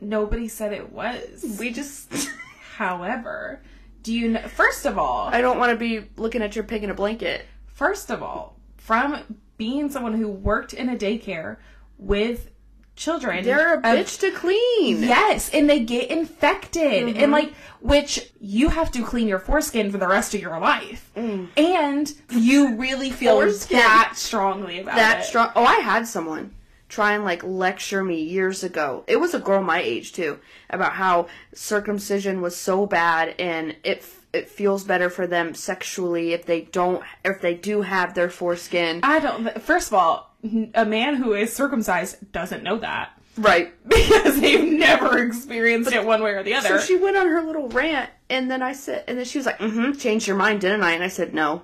Speaker 2: Nobody said it was.
Speaker 1: We just.
Speaker 2: However, do you know? First of all,
Speaker 1: I don't want to be looking at your pig in a blanket.
Speaker 2: First of all, from being someone who worked in a daycare with children,
Speaker 1: They're a
Speaker 2: of-
Speaker 1: bitch to clean.
Speaker 2: Yes, and they get infected,
Speaker 1: Mm-hmm.
Speaker 2: and like, which you have to clean your foreskin for the rest of your life, and you really feel
Speaker 1: Mm. Foreskin.
Speaker 2: that strongly about
Speaker 1: That
Speaker 2: it.
Speaker 1: strong. Oh, I had someone try and like lecture me years ago. It was a girl my age too about how circumcision was so bad and it f- it feels better for them sexually if they don't if they do have their foreskin.
Speaker 2: I don't. First of all, n- a man who is circumcised doesn't know that
Speaker 1: Right.
Speaker 2: because they've never experienced it one way or the
Speaker 1: So
Speaker 2: other.
Speaker 1: she went on her little rant and then I said and then she was like, "Mhm, changed your mind, didn't I?" And I said, "No."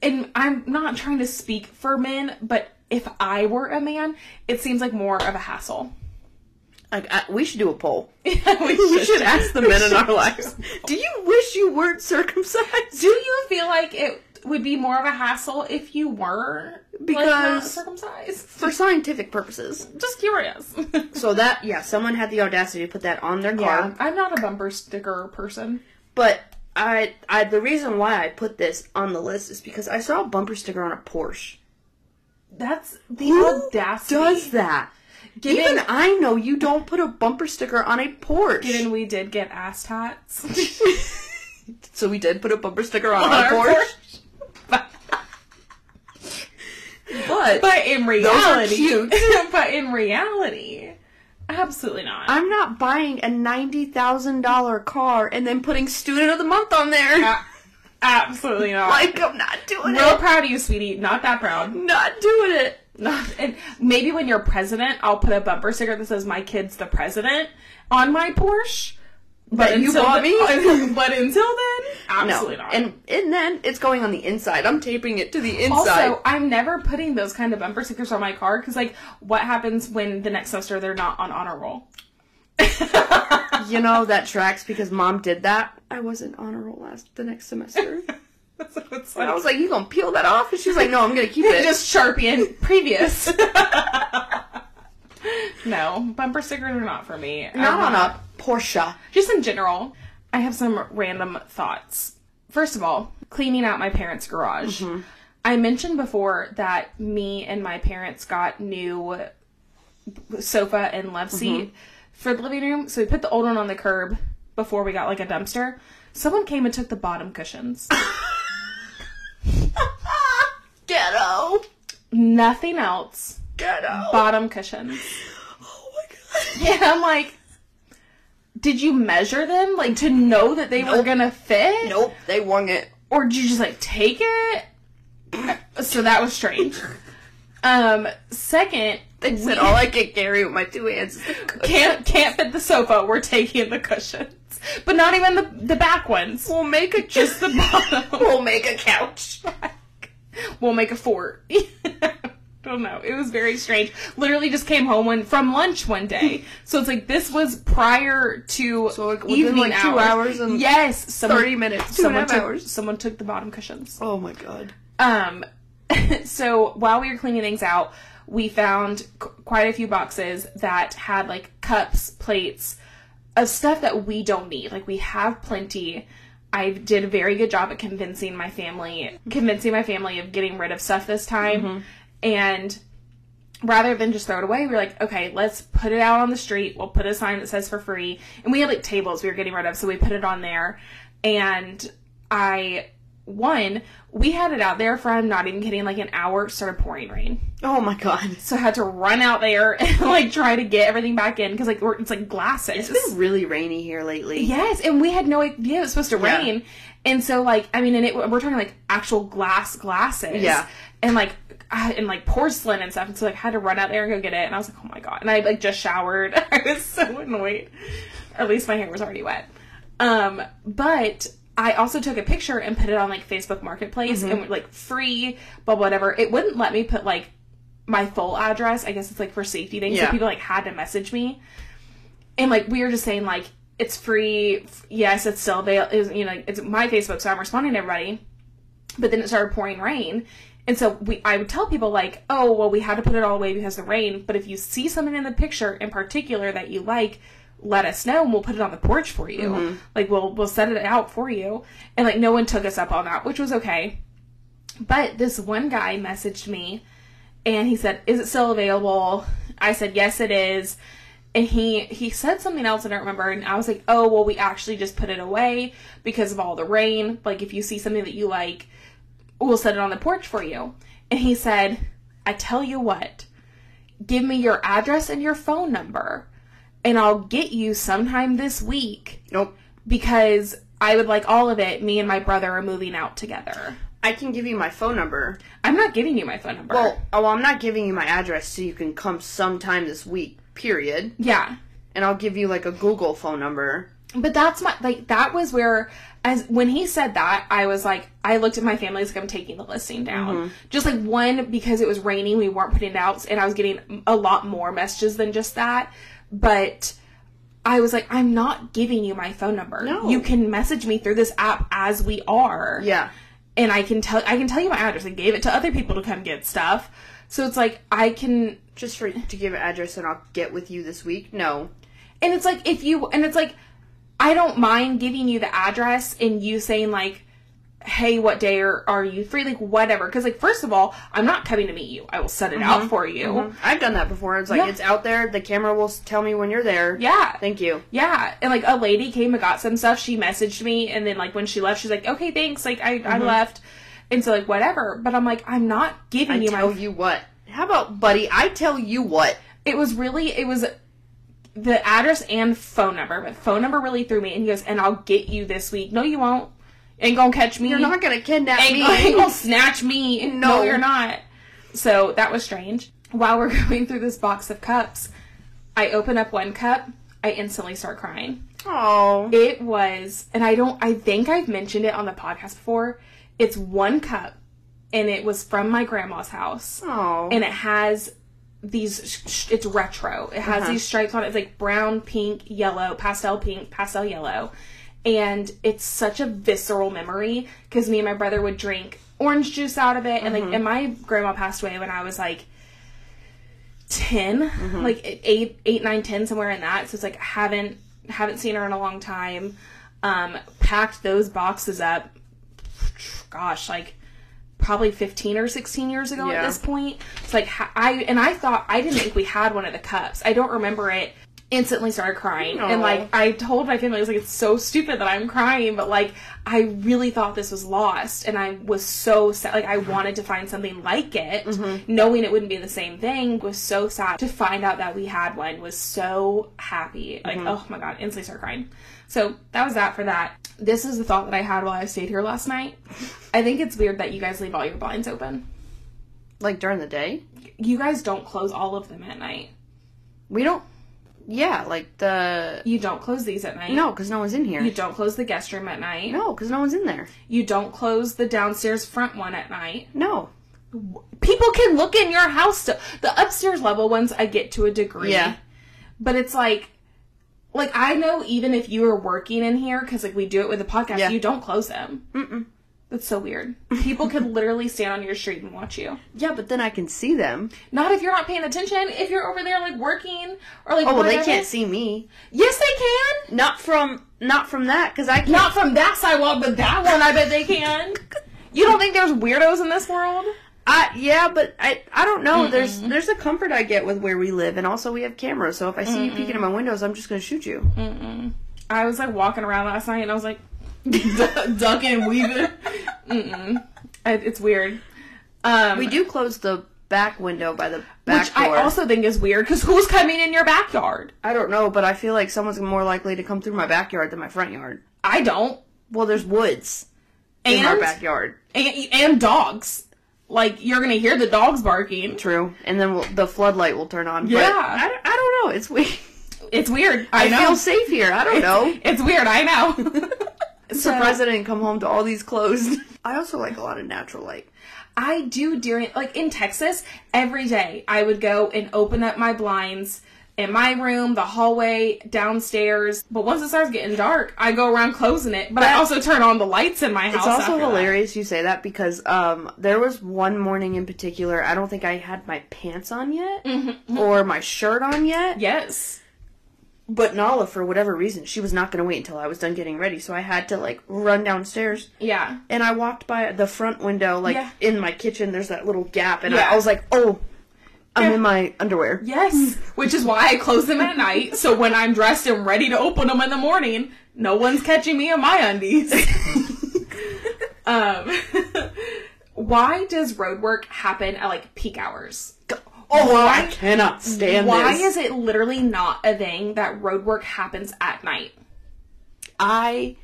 Speaker 2: and I'm not trying to speak for men, but if I were a man, it seems like more of a hassle.
Speaker 1: Like I, we should do a poll.
Speaker 2: we
Speaker 1: We should
Speaker 2: should
Speaker 1: ask the men in our lives. Do you wish you weren't circumcised?
Speaker 2: Do you feel like it would be more of a hassle if you were like, not
Speaker 1: Because-
Speaker 2: circumcised?
Speaker 1: For scientific purposes.
Speaker 2: Just curious.
Speaker 1: So that yeah, someone had the audacity to put that on their car.
Speaker 2: yeah, I'm not a bumper sticker person.
Speaker 1: But I I the reason why I put this on the list is because I saw a bumper sticker on a Porsche.
Speaker 2: That's the
Speaker 1: Who
Speaker 2: audacity.
Speaker 1: Does that?
Speaker 2: Given-
Speaker 1: Even I know you don't put a bumper sticker on a Porsche.
Speaker 2: and we did get ass tats.
Speaker 1: so we did put a bumper sticker on,
Speaker 2: On
Speaker 1: our,
Speaker 2: our
Speaker 1: Porsche. But,
Speaker 2: but in
Speaker 1: are
Speaker 2: reality,
Speaker 1: cute.
Speaker 2: but in reality, absolutely not.
Speaker 1: I'm not buying a ninety thousand dollar car and then putting student of the month on there.
Speaker 2: A- absolutely not.
Speaker 1: Like I'm not doing
Speaker 2: Real
Speaker 1: it.
Speaker 2: proud of you, sweetie. Not that proud.
Speaker 1: Not doing it.
Speaker 2: Not, and maybe when you're president, I'll put a bumper sticker that says "My kid's the president" on my Porsche. But
Speaker 1: That you
Speaker 2: until
Speaker 1: bought
Speaker 2: then- but until then,
Speaker 1: No.
Speaker 2: absolutely not.
Speaker 1: And and then it's going on the inside. I'm taping it to the
Speaker 2: also,
Speaker 1: inside.
Speaker 2: I'm never putting those kind of bumper stickers on my car because, like, what happens when the next semester they're not on honor roll?
Speaker 1: You know that tracks because mom did that. I wasn't honor roll last the next semester.
Speaker 2: so it's
Speaker 1: And I
Speaker 2: like
Speaker 1: was like, "You gonna peel that off?" And she's like, "No, I'm gonna keep it."
Speaker 2: just sharpie and previous. no, bumper stickers are not for me.
Speaker 1: Not on a Porsche.
Speaker 2: just in general, I have some random thoughts. First of all, cleaning out my parents' garage.
Speaker 1: Mm-hmm.
Speaker 2: I mentioned before that me and my parents got new sofa and
Speaker 1: Mm-hmm.
Speaker 2: love seat for the living room, so we put the old one on the curb before we got like a dumpster. Someone came and took the bottom cushions.
Speaker 1: Ghetto.
Speaker 2: Nothing else.
Speaker 1: Ghetto.
Speaker 2: Bottom cushions.
Speaker 1: oh my god.
Speaker 2: And I'm like, did you measure them like to know that they were
Speaker 1: Nope.
Speaker 2: gonna fit?
Speaker 1: Nope, they won it.
Speaker 2: or did you just like take it? so that was strange. Um, second,
Speaker 1: They said all I could carry with my two hands. is the cushion."
Speaker 2: can't can't fit the sofa. We're taking the cushions, but not even the the back ones,
Speaker 1: We'll make a
Speaker 2: just the bottom.
Speaker 1: we'll make a couch.
Speaker 2: we'll make a fort. Don't know. It was very strange. Literally, just came home one from lunch one day. So it's like this was prior to
Speaker 1: So, like, within,
Speaker 2: evening
Speaker 1: like, two hours and
Speaker 2: yes, someone,
Speaker 1: Thirty minutes. Two and a
Speaker 2: someone
Speaker 1: half
Speaker 2: took,
Speaker 1: hours.
Speaker 2: Someone took the bottom cushions.
Speaker 1: Oh my god.
Speaker 2: Um, so while we were cleaning things out, we found qu- quite a few boxes that had like cups, plates of stuff that we don't need. Like we have plenty. I did a very good job at convincing my family, convincing my family of getting rid of stuff this time. And rather than just throw it away, we were like, okay, let's put it out on the street. We'll put a sign that says for free. And we had like tables we were getting rid of, so we put it on there. And I one we had it out there for I'm not even kidding like an hour. It started pouring rain,
Speaker 1: Oh my god.
Speaker 2: so I had to run out there and like try to get everything back in because like we're, it's like glasses.
Speaker 1: It's been really rainy here lately.
Speaker 2: Yes, and we had no idea it was supposed to
Speaker 1: Yeah.
Speaker 2: rain. And so, like, I mean, and it, we're talking like actual glass glasses,
Speaker 1: Yeah.
Speaker 2: and like uh, and like porcelain and stuff. And so, like, I had to run out there and go get it. And I was like, oh my god! And I like just showered. I was so annoyed. At least my hair was already wet. Um, but I also took a picture and put it on like Facebook Marketplace and like free, but whatever. It wouldn't let me put like my full address. I guess it's like for safety things.
Speaker 1: Yeah.
Speaker 2: So people like had to message me, and like we were just saying like it's free. F- Yes, it's still available. It was, you know, it's my Facebook, so I'm responding to everybody. But then it started pouring rain. And so we, I would tell people like, oh, well, we had to put it all away because of the rain. But if you see something in the picture in particular that you like, let us know and we'll put it on the porch for you. Like we'll we'll set it out for you. And like no one took us up on that, which was okay. But this one guy messaged me and he said, "Is it still available?" I said, "Yes, it is." And he he said something else I don't remember, and I was like, "Oh, well, we actually just put it away because of all the rain. Like, if you see something that you like, we'll set it on the porch for you." And he said, "I tell you what, give me your address and your phone number, and I'll get you sometime this week
Speaker 1: Nope.
Speaker 2: because I would like all of it. Me and my brother are moving out together.
Speaker 1: I can give you my phone number.
Speaker 2: I'm not giving you my phone number.
Speaker 1: Well, oh, well, I'm not giving you my address so you can come sometime this week, period.
Speaker 2: yeah."
Speaker 1: And I'll give you like a Google phone number.
Speaker 2: But that's my like that was where as when he said that I was like I looked at my family as like I'm taking the listing down.
Speaker 1: Mm-hmm.
Speaker 2: Just like one because it was raining, we weren't putting it out, and I was getting a lot more messages than just that. But I was like, I'm not giving you my phone number.
Speaker 1: No.
Speaker 2: You can message me through this app as we are
Speaker 1: Yeah.
Speaker 2: and I can tell I can tell you my address. I gave it to other people to come get stuff. So it's like I can
Speaker 1: Just for to give an address and I'll get with you this week? No.
Speaker 2: And it's like if you and it's like I don't mind giving you the address and you saying like hey what day are, are you free like whatever because like first of all i'm not coming to meet you i will set it
Speaker 1: Mm-hmm.
Speaker 2: out for you
Speaker 1: I've done that before. It's like
Speaker 2: Yeah.
Speaker 1: it's out there. The camera will s- tell me when you're there.
Speaker 2: yeah
Speaker 1: Thank you.
Speaker 2: yeah and like a lady came and got some stuff she messaged me and then like when she left she's like okay thanks like i,
Speaker 1: Mm-hmm.
Speaker 2: I left and so like whatever but i'm like i'm not giving
Speaker 1: I
Speaker 2: you my
Speaker 1: tell you what. How about, buddy? I tell you what.
Speaker 2: it was really it was the address and phone number but phone number really threw me and he goes and i'll get you this week no you won't ain't gonna catch me
Speaker 1: You're not gonna kidnap
Speaker 2: ain't,
Speaker 1: me.
Speaker 2: ain't gonna oh, snatch me no.
Speaker 1: No.
Speaker 2: you're not so that was strange while we're going through this box of cups i open up one cup i instantly start crying
Speaker 1: Oh,
Speaker 2: it was and i don't i think i've mentioned it on the podcast before it's one cup and it was from my grandma's house
Speaker 1: oh,
Speaker 2: and it has these sh- it's retro it has these stripes on it it's like brown pink yellow pastel pink pastel yellow and it's such a visceral memory because me and my brother would drink orange juice out of it and like and my grandma passed away when i was like 10 like eight, eight, nine, ten, somewhere in that so it's like I haven't haven't seen her in a long time um packed those boxes up gosh like probably 15 or 16 years ago at
Speaker 1: Yeah.
Speaker 2: this point it's like ha- i and i thought i didn't think we had one of the cups i don't remember it instantly started crying and
Speaker 1: Aw.
Speaker 2: like i told my family i was like it's so stupid that i'm crying but like i really thought this was lost and i was so sad like i wanted to find something like it
Speaker 1: Mm-hmm.
Speaker 2: knowing it wouldn't be the same thing was so sad to find out that we had one was so happy
Speaker 1: Mm-hmm.
Speaker 2: like oh my god instantly started crying so that was that for that this is the thought that i had while i stayed here last night i think it's weird that you guys leave all your blinds open
Speaker 1: like during the day?
Speaker 2: you guys don't close all of them at night
Speaker 1: We don't. Yeah, like the
Speaker 2: you don't close these at night
Speaker 1: no, because no one's in here.
Speaker 2: you don't close the guest room at night
Speaker 1: No, because no one's in there.
Speaker 2: You don't close the downstairs front one at night.
Speaker 1: No.
Speaker 2: People can look in your house still. The upstairs level ones I get to a degree.
Speaker 1: Yeah.
Speaker 2: But it's like like I know even if you are working in here cuz like we do it with the podcast,
Speaker 1: Yeah.
Speaker 2: you don't close them. Mm-mm. That's so weird. People could literally stand on your street and watch you.
Speaker 1: Yeah, but then I can see them.
Speaker 2: Not if you're not paying attention, if you're over there like working or like
Speaker 1: Oh, well, they
Speaker 2: whatever.
Speaker 1: can't see me.
Speaker 2: Yes, they can.
Speaker 1: Not from not from that, because I can't.
Speaker 2: Not from that sidewalk, but that one I bet they can. You don't think there's weirdos in this world?
Speaker 1: I yeah, but I I don't know. There's there's a comfort I get with where we live, and also we have cameras. So if I see you peeking at my windows, I'm just gonna shoot you.
Speaker 2: I was like walking around last night and I was like,
Speaker 3: D- ducking and weaving.
Speaker 2: Mm-mm. I- It's weird. Um,
Speaker 1: We do close the back window by the back
Speaker 2: which
Speaker 1: door.
Speaker 2: I also think is weird because who's coming in your backyard?
Speaker 1: I don't know, but I feel like someone's more likely to come through my backyard than my front yard.
Speaker 2: I don't.
Speaker 1: Well, there's woods
Speaker 2: And
Speaker 1: in our backyard.
Speaker 2: and, and dogs. Like you're gonna hear the dogs barking.
Speaker 1: True. And then we'll, the floodlight will turn on.
Speaker 2: Yeah.
Speaker 1: But I, don't- I don't know. It's weird.
Speaker 2: It's weird.
Speaker 1: I,
Speaker 2: I, know.
Speaker 1: feel safe here. I don't know.
Speaker 2: It's weird. I know.
Speaker 1: Surprised I didn't come home to all these closed. I also like a lot of natural light.
Speaker 2: I do during like in Texas every day. I would go and open up my blinds in my room, the hallway, downstairs. But once it starts getting dark, I go around closing it. But I also turn on the lights in my house.
Speaker 1: It's also
Speaker 2: after that.
Speaker 1: hilarious you say that because um, there was one morning in particular. I don't think I had my pants on yet
Speaker 2: Mm-hmm.
Speaker 1: or my shirt on yet.
Speaker 2: Yes.
Speaker 1: But Nala, for whatever reason, she was not going to wait until I was done getting ready, so I had to like run downstairs.
Speaker 2: Yeah.
Speaker 1: And I walked by the front window, like
Speaker 2: Yeah.
Speaker 1: in my kitchen. There's that little gap, and
Speaker 2: Yeah.
Speaker 1: I, I was like, "Oh, I'm
Speaker 2: Yeah.
Speaker 1: in my underwear."
Speaker 2: Yes. Which is why I close them at night. So when I'm dressed and ready to open them in the morning, no one's catching me in my undies. um, why does road work happen at like peak hours?
Speaker 1: Oh,
Speaker 2: Why-
Speaker 1: I cannot stand
Speaker 2: Why
Speaker 1: this.
Speaker 2: is it literally not a thing that road work happens at night?
Speaker 1: I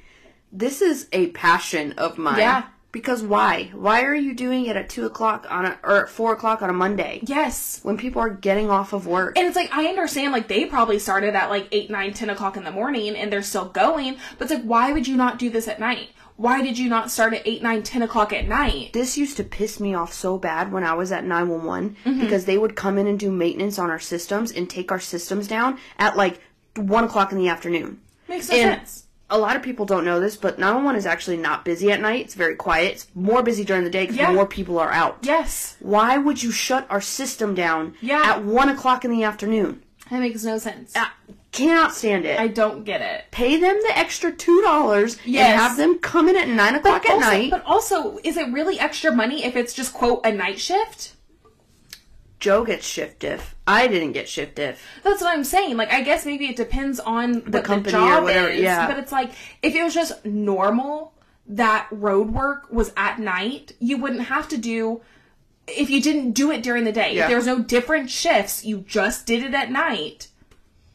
Speaker 1: this is a passion of mine.
Speaker 2: Yeah.
Speaker 1: Because why? Why are you doing it at two o'clock on a or at four o'clock on a Monday
Speaker 2: Yes.
Speaker 1: when people are getting off of work?
Speaker 2: And it's like I understand like they probably started at like eight, nine, ten o'clock in the morning and they're still going, but it's like why would you not do this at night? Why did you not start at eight, nine, ten o'clock at night?
Speaker 1: this used to piss me off so bad when I was at 911
Speaker 2: Mm-hmm.
Speaker 1: because they would come in and do maintenance on our systems and take our systems down at like 1 o'clock in the afternoon.
Speaker 2: Makes no
Speaker 1: And-
Speaker 2: sense.
Speaker 1: A lot of people don't know this, but 911 is actually not busy at night. It's very quiet. It's more busy during the day because
Speaker 2: Yeah.
Speaker 1: more people are out.
Speaker 2: Yes.
Speaker 1: Why would you shut our system down
Speaker 2: Yeah.
Speaker 1: at 1 o'clock in the afternoon?
Speaker 2: That makes no sense.
Speaker 1: I cannot stand it.
Speaker 2: Uh, I don't get it.
Speaker 1: Pay them the extra $2
Speaker 2: Yes.
Speaker 1: and have them come in at 9 o'clock at
Speaker 2: Also-
Speaker 1: night.
Speaker 2: But also, is it really extra money if it's just quote a night shift?
Speaker 1: Joe gets shift diff. I didn't get shift diff.
Speaker 2: That's what I'm saying. Like, I guess maybe it depends on what the
Speaker 1: company or
Speaker 2: job
Speaker 1: whatever,
Speaker 2: is.
Speaker 1: yeah.
Speaker 2: But it's like if it was just normal that road work was at night, you wouldn't have to do. If you didn't do it during the day, if
Speaker 1: Yeah.
Speaker 2: there was no different shifts, you just did it at night.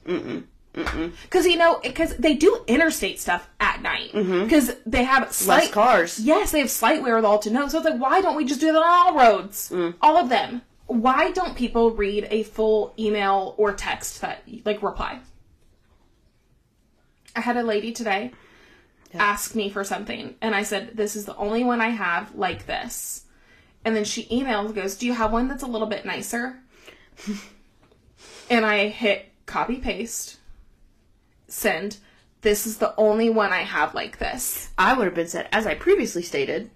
Speaker 2: Because you know, because they do interstate stuff at night. Because they have slight
Speaker 1: Mm-hmm. Less cars.
Speaker 2: Yes, they have slight wherewithal to know. So it's like, why don't we just do that on all roads?
Speaker 1: Mm.
Speaker 2: All of them. Why don't people read a full email or text that, like, reply? I had a lady today ask me for something, and I said, This is the only one I have like this. And then she emailed, goes, Do you have one that's a little bit nicer? and I hit copy paste, send. This is the only one I have like this.
Speaker 1: I would have been said, as I previously stated,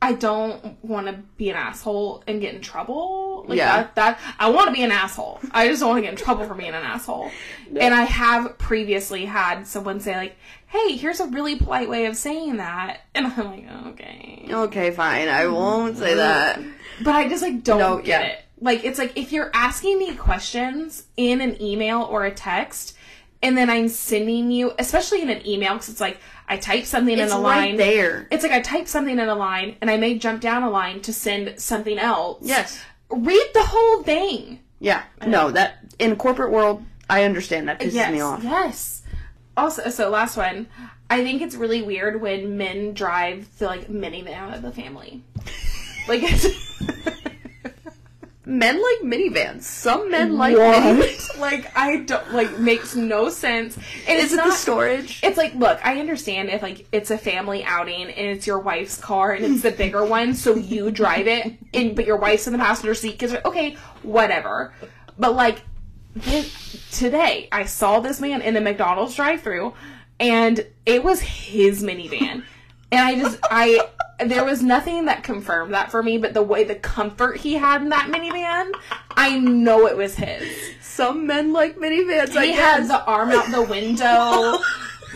Speaker 2: I don't want to be an asshole and get in trouble. Like
Speaker 1: Yeah.
Speaker 2: that, that I want to be an asshole. I just don't want to get in trouble for being an asshole. And I have previously had someone say like, "Hey, here's a really polite way of saying that," and I'm like, "Okay,"
Speaker 1: okay, fine, I won't
Speaker 2: Mm-hmm.
Speaker 1: say that.
Speaker 2: but I just like don't
Speaker 1: No,
Speaker 2: get
Speaker 1: yeah.
Speaker 2: it. Like it's like if you're asking me questions in an email or a text, and then I'm sending you, especially in an email, because it's like I type something
Speaker 1: It's
Speaker 2: in a
Speaker 1: right
Speaker 2: line
Speaker 1: there.
Speaker 2: It's like I type something in a line and I may jump down a line to send something else.
Speaker 1: Yes.
Speaker 2: Read the whole thing.
Speaker 1: Yeah. No, that in corporate world, I understand that pisses
Speaker 2: yes.
Speaker 1: me off.
Speaker 2: Yes. Also, so last one. I think it's really weird when men drive the like minivan of the family. Like it's
Speaker 1: Men like minivans. Some men like
Speaker 2: What?
Speaker 1: minivans.
Speaker 2: like I don't like makes no sense. And
Speaker 1: Is
Speaker 2: it's
Speaker 1: it
Speaker 2: not
Speaker 1: the storage?
Speaker 2: it's like look i understand if like it's a family outing and it's your wife's car and it's the bigger one so you drive it and but your wife's in the passenger seat because okay whatever but like this, today i saw this man in a mcdonald's drive-through and it was his minivan and i just i there was nothing that confirmed that for me but the way the comfort he had in that minivan i know it was his
Speaker 1: Some men like minivans. I
Speaker 2: he had
Speaker 1: guess.
Speaker 2: the arm out the window.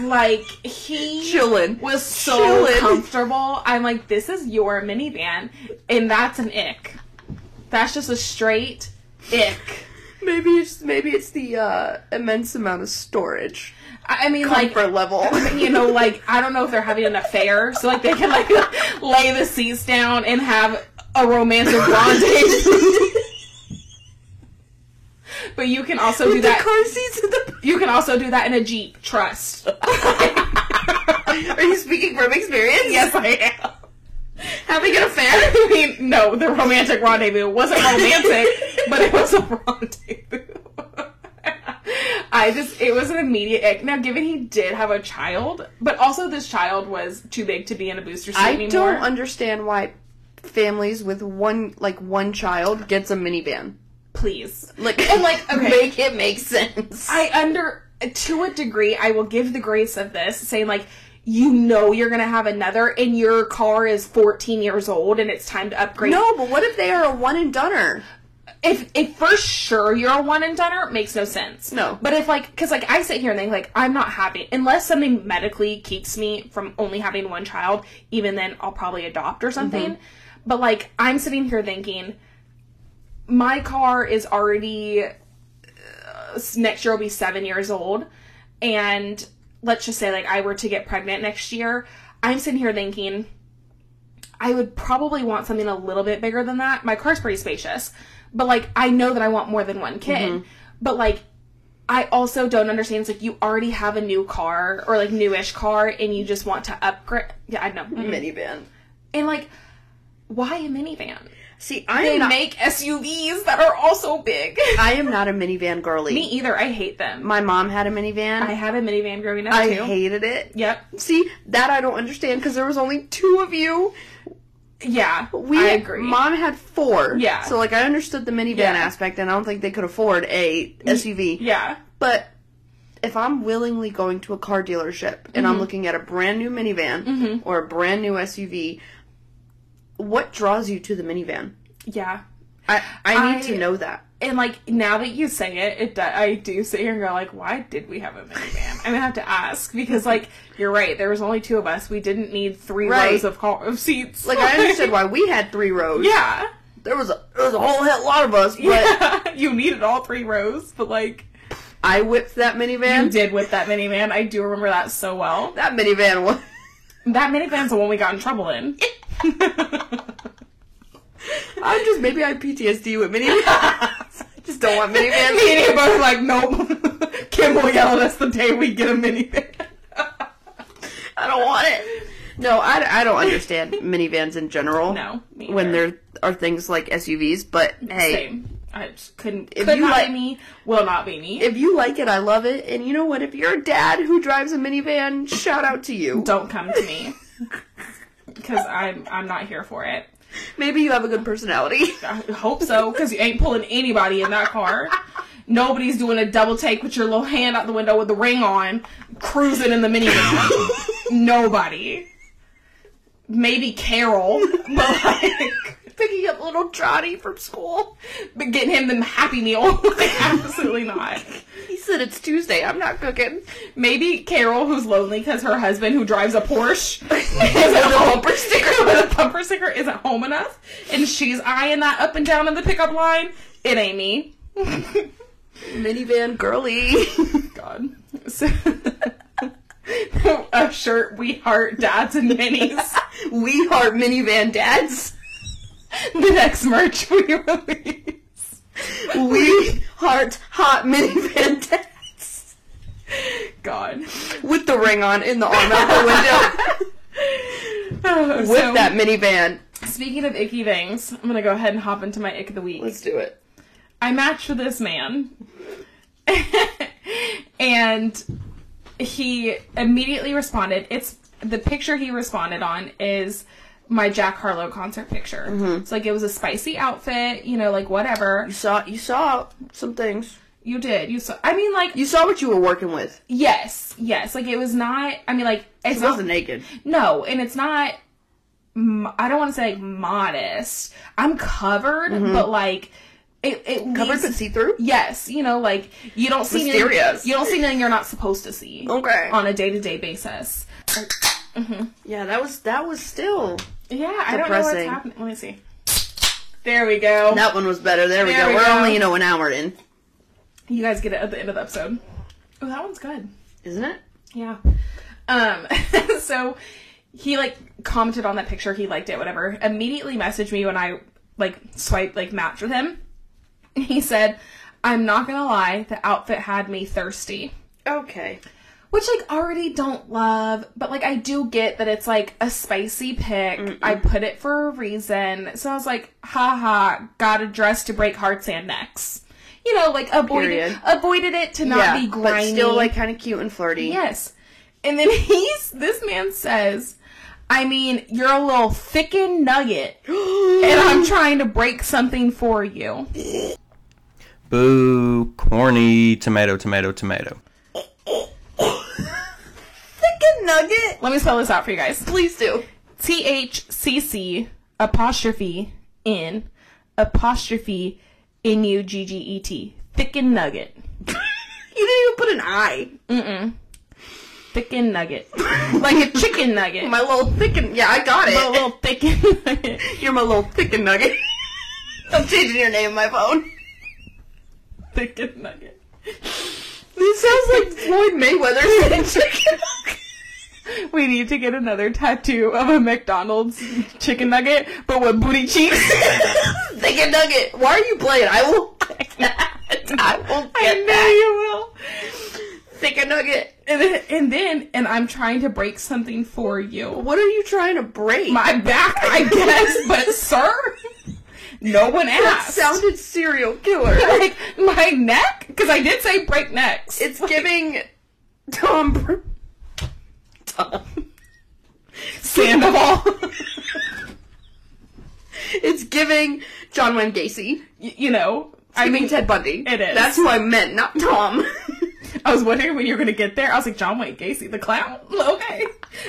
Speaker 2: like he
Speaker 1: Chillin'.
Speaker 2: was so
Speaker 1: Chillin'.
Speaker 2: comfortable. I'm like, this is your minivan, and that's an ick. That's just a straight ick.
Speaker 1: Maybe it's maybe it's the uh, immense amount of storage
Speaker 2: I I mean, like,
Speaker 1: comfort level.
Speaker 2: you know, like I don't know if they're having an affair, so like they can like lay the seats down and have a romantic rendezvous. but you can also do
Speaker 1: the
Speaker 2: that.
Speaker 1: car seats in the.
Speaker 2: you can also do that in a jeep. Trust.
Speaker 1: Are you speaking from experience?
Speaker 2: yes, I am.
Speaker 1: Having an affair.
Speaker 2: I mean, no, the romantic rendezvous wasn't romantic, but it was a rendezvous. I just, it was an immediate ick. Now, given he did have a child, but also this child was too big to be in a booster seat
Speaker 1: I
Speaker 2: anymore.
Speaker 1: don't understand why families with one like one child gets a minivan.
Speaker 2: Please.
Speaker 1: Like
Speaker 2: And, like, okay.
Speaker 1: make it make sense.
Speaker 2: I under, to a degree, I will give the grace of this, saying, like, you know you're going to have another, and your car is 14 years old, and it's time to upgrade.
Speaker 1: no, but what if they are a one and doneer?
Speaker 2: if if for sure you're a one and doneer, it makes no sense.
Speaker 1: No.
Speaker 2: But if like, cause like I sit here and think like I'm not happy unless something medically keeps me from only having one child. Even then, I'll probably adopt or something. But like I'm sitting here thinking, my car is already uh, s- next year will be seven years old, and let's just say like I were to get pregnant next year, I'm sitting here thinking. I would probably want something a little bit bigger than that. My car's pretty spacious, but like I know that I want more than one kid. But like I also don't understand. It's like you already have a new car or like newish car, and you just want to upgrade. Yeah, I know.
Speaker 1: Minivan.
Speaker 2: And like, why a minivan?
Speaker 1: See, I
Speaker 2: They
Speaker 1: am not,
Speaker 2: make SUVs that are also big.
Speaker 1: I am not a minivan girly.
Speaker 2: Me either. I hate them.
Speaker 1: My mom had a minivan.
Speaker 2: I had a minivan growing up
Speaker 1: I
Speaker 2: too.
Speaker 1: hated it.
Speaker 2: Yep.
Speaker 1: See, that I don't understand because there was only two of you.
Speaker 2: Yeah.
Speaker 1: We,
Speaker 2: I agree.
Speaker 1: Mom had four.
Speaker 2: Yeah.
Speaker 1: So like, I understood the minivan
Speaker 2: Yeah.
Speaker 1: aspect, and I don't think they could afford a SUV.
Speaker 2: yeah.
Speaker 1: But if I'm willingly going to a car dealership and
Speaker 2: Mm-hmm.
Speaker 1: I'm looking at a brand new minivan or a brand new SUV, what draws you to the minivan?
Speaker 2: Yeah.
Speaker 1: I I need
Speaker 2: I-
Speaker 1: to know that.
Speaker 2: and like now that you say it, it do, I do sit here and go like, why did we have a minivan? I'm gonna have to ask because like you're right. There was only two of us. We didn't need three
Speaker 1: Right.
Speaker 2: rows of car- of seats.
Speaker 1: Like I understood why we had three rows.
Speaker 2: yeah,
Speaker 1: There was a there was a whole hell lot of us, but
Speaker 2: but you needed all three rows. But like
Speaker 1: I whipped that
Speaker 2: you
Speaker 1: minivan.
Speaker 2: did with that minivan. I do remember that so well.
Speaker 1: That minivan was
Speaker 2: That minivan's the one we got in trouble in. Uh,
Speaker 1: I'm just maybe I have PTSD with minivans. just don't want minivans.
Speaker 2: Me and you both like, nope. Kim will yell at us the day we get a minivan.
Speaker 1: I don't want it. No, I, I don't understand minivans in general.
Speaker 2: No, me
Speaker 1: When
Speaker 2: either.
Speaker 1: there are things like SUVs, but hey,
Speaker 2: Same. I just couldn't.
Speaker 1: If
Speaker 2: could
Speaker 1: you
Speaker 2: not
Speaker 1: like-
Speaker 2: be me. Will not be me.
Speaker 1: if you like it, I love it. And you know what? If you're a dad who drives a minivan, shout out to you.
Speaker 2: don't come to me because I'm I'm not here for it.
Speaker 1: Maybe you have a good personality.
Speaker 2: I hope so because you ain't pulling anybody in that car. Nobody's doing a double take with your little hand out the window with the ring on, cruising in the minivan. Nobody. Maybe Carol, but like,
Speaker 1: Picking up little Johnny from school.
Speaker 2: but getting him the Happy Meal, like, absolutely not.
Speaker 1: He said it's Tuesday. I'm not cooking.
Speaker 2: Maybe Carol, who's lonely because her husband, who drives a Porsche, is
Speaker 1: With
Speaker 2: at
Speaker 1: a
Speaker 2: home.
Speaker 1: bumper sticker.
Speaker 2: with a bumper sticker isn't home enough, and she's eyeing that up and down in the pickup line. It ain't me.
Speaker 1: Minivan girly.
Speaker 2: God. So, a shirt. We heart dads and minis.
Speaker 1: we are minivan dads.
Speaker 2: the next merch we release.
Speaker 1: We heart hot minivan dads.
Speaker 2: God.
Speaker 1: With the ring on in the arm out the window.
Speaker 2: Oh,
Speaker 1: With
Speaker 2: so,
Speaker 1: that minivan.
Speaker 2: Speaking of icky things, I'm gonna go ahead and hop into my ick of the week.
Speaker 1: Let's do it.
Speaker 2: I matched with this man. and he immediately responded. It's the picture he responded on is my Jack Harlow concert picture.
Speaker 1: Mm-hmm.
Speaker 2: It's like it was a spicy outfit, you know, like whatever.
Speaker 1: You saw you saw some things.
Speaker 2: You did. You saw I mean like
Speaker 1: You saw what you were working with.
Speaker 2: yes, yes. Like it was not I mean like it's
Speaker 1: It
Speaker 2: not
Speaker 1: wasn't naked.
Speaker 2: No, and it's not. m- I don't want to say like modest. I'm covered, but like it. it
Speaker 1: Mm-hmm. Covered
Speaker 2: leaves-
Speaker 1: but see through?
Speaker 2: Yes, you know, like you don't see anything-
Speaker 1: Mysterious.
Speaker 2: You don't see anything you're not supposed to see.
Speaker 1: Okay.
Speaker 2: On a day to day basis.
Speaker 1: Yeah, that was that was still.
Speaker 2: Yeah, I don't know what's
Speaker 1: Depressing.
Speaker 2: happening. Let me see. There we go.
Speaker 1: That one was better. There, we
Speaker 2: There
Speaker 1: go.
Speaker 2: we
Speaker 1: We're
Speaker 2: go.
Speaker 1: only you know an hour in.
Speaker 2: You guys get it at the end of the episode. Oh, that one's good.
Speaker 1: Isn't it?
Speaker 2: Yeah. Um, so he like commented on that picture, he liked it, whatever. Immediately messaged me when I like swiped like match with him. And he said, I'm not gonna lie, the outfit had me thirsty.
Speaker 1: Okay.
Speaker 2: Which like already don't love, but like I do get that it's like a spicy pick. I put it for a reason. So I was like, haha, got a dress to break hearts and necks. You know, like avoided
Speaker 1: Period.
Speaker 2: avoided it to not be
Speaker 1: but
Speaker 2: grimy.
Speaker 1: still like kind of cute and flirty.
Speaker 2: Yes. And then he's this man says, I mean, you're a little thickened nugget, and I'm trying to break something for you.
Speaker 4: Boo, corny, tomato, tomato, tomato.
Speaker 1: Chicken nugget.
Speaker 2: Let me spell this out for you guys.
Speaker 1: Please do.
Speaker 2: T H C C apostrophe N apostrophe N U G G E T. Thickened nugget.
Speaker 1: You didn't even put an eye.
Speaker 2: Thickened nugget. like a chicken nugget.
Speaker 1: My little thicken. Yeah, I got it.
Speaker 2: a little thickened nugget.
Speaker 1: You're my little thicken nugget. I'm changing your name on my phone.
Speaker 2: Thickened nugget.
Speaker 1: This sounds like Floyd Mayweather said chicken nugget.
Speaker 2: We need to get another tattoo of a McDonald's chicken nugget, but with booty cheeks.
Speaker 1: Thicken nugget. Why are you playing? I will. I will
Speaker 2: I
Speaker 1: get that
Speaker 2: know you will.
Speaker 1: thicken nugget.
Speaker 2: And then, and then, and I'm trying to break something for you.
Speaker 1: What are you trying to break?
Speaker 2: My back, I guess, but sir, no one
Speaker 1: that
Speaker 2: asked.
Speaker 1: sounded serial killer.
Speaker 2: like my neck, because I did say break necks.
Speaker 1: It's giving Tom. Br- Tom.
Speaker 2: Sandoval.
Speaker 1: It's giving John Wayne Gacy.
Speaker 2: Y- you know, I
Speaker 1: I mean
Speaker 2: mean,
Speaker 1: Ted Bundy.
Speaker 2: It is.
Speaker 1: That's who I meant, not Tom.
Speaker 2: I was wondering when you were gonna get there. I was like, John Wayne Gacy, the clown. Okay.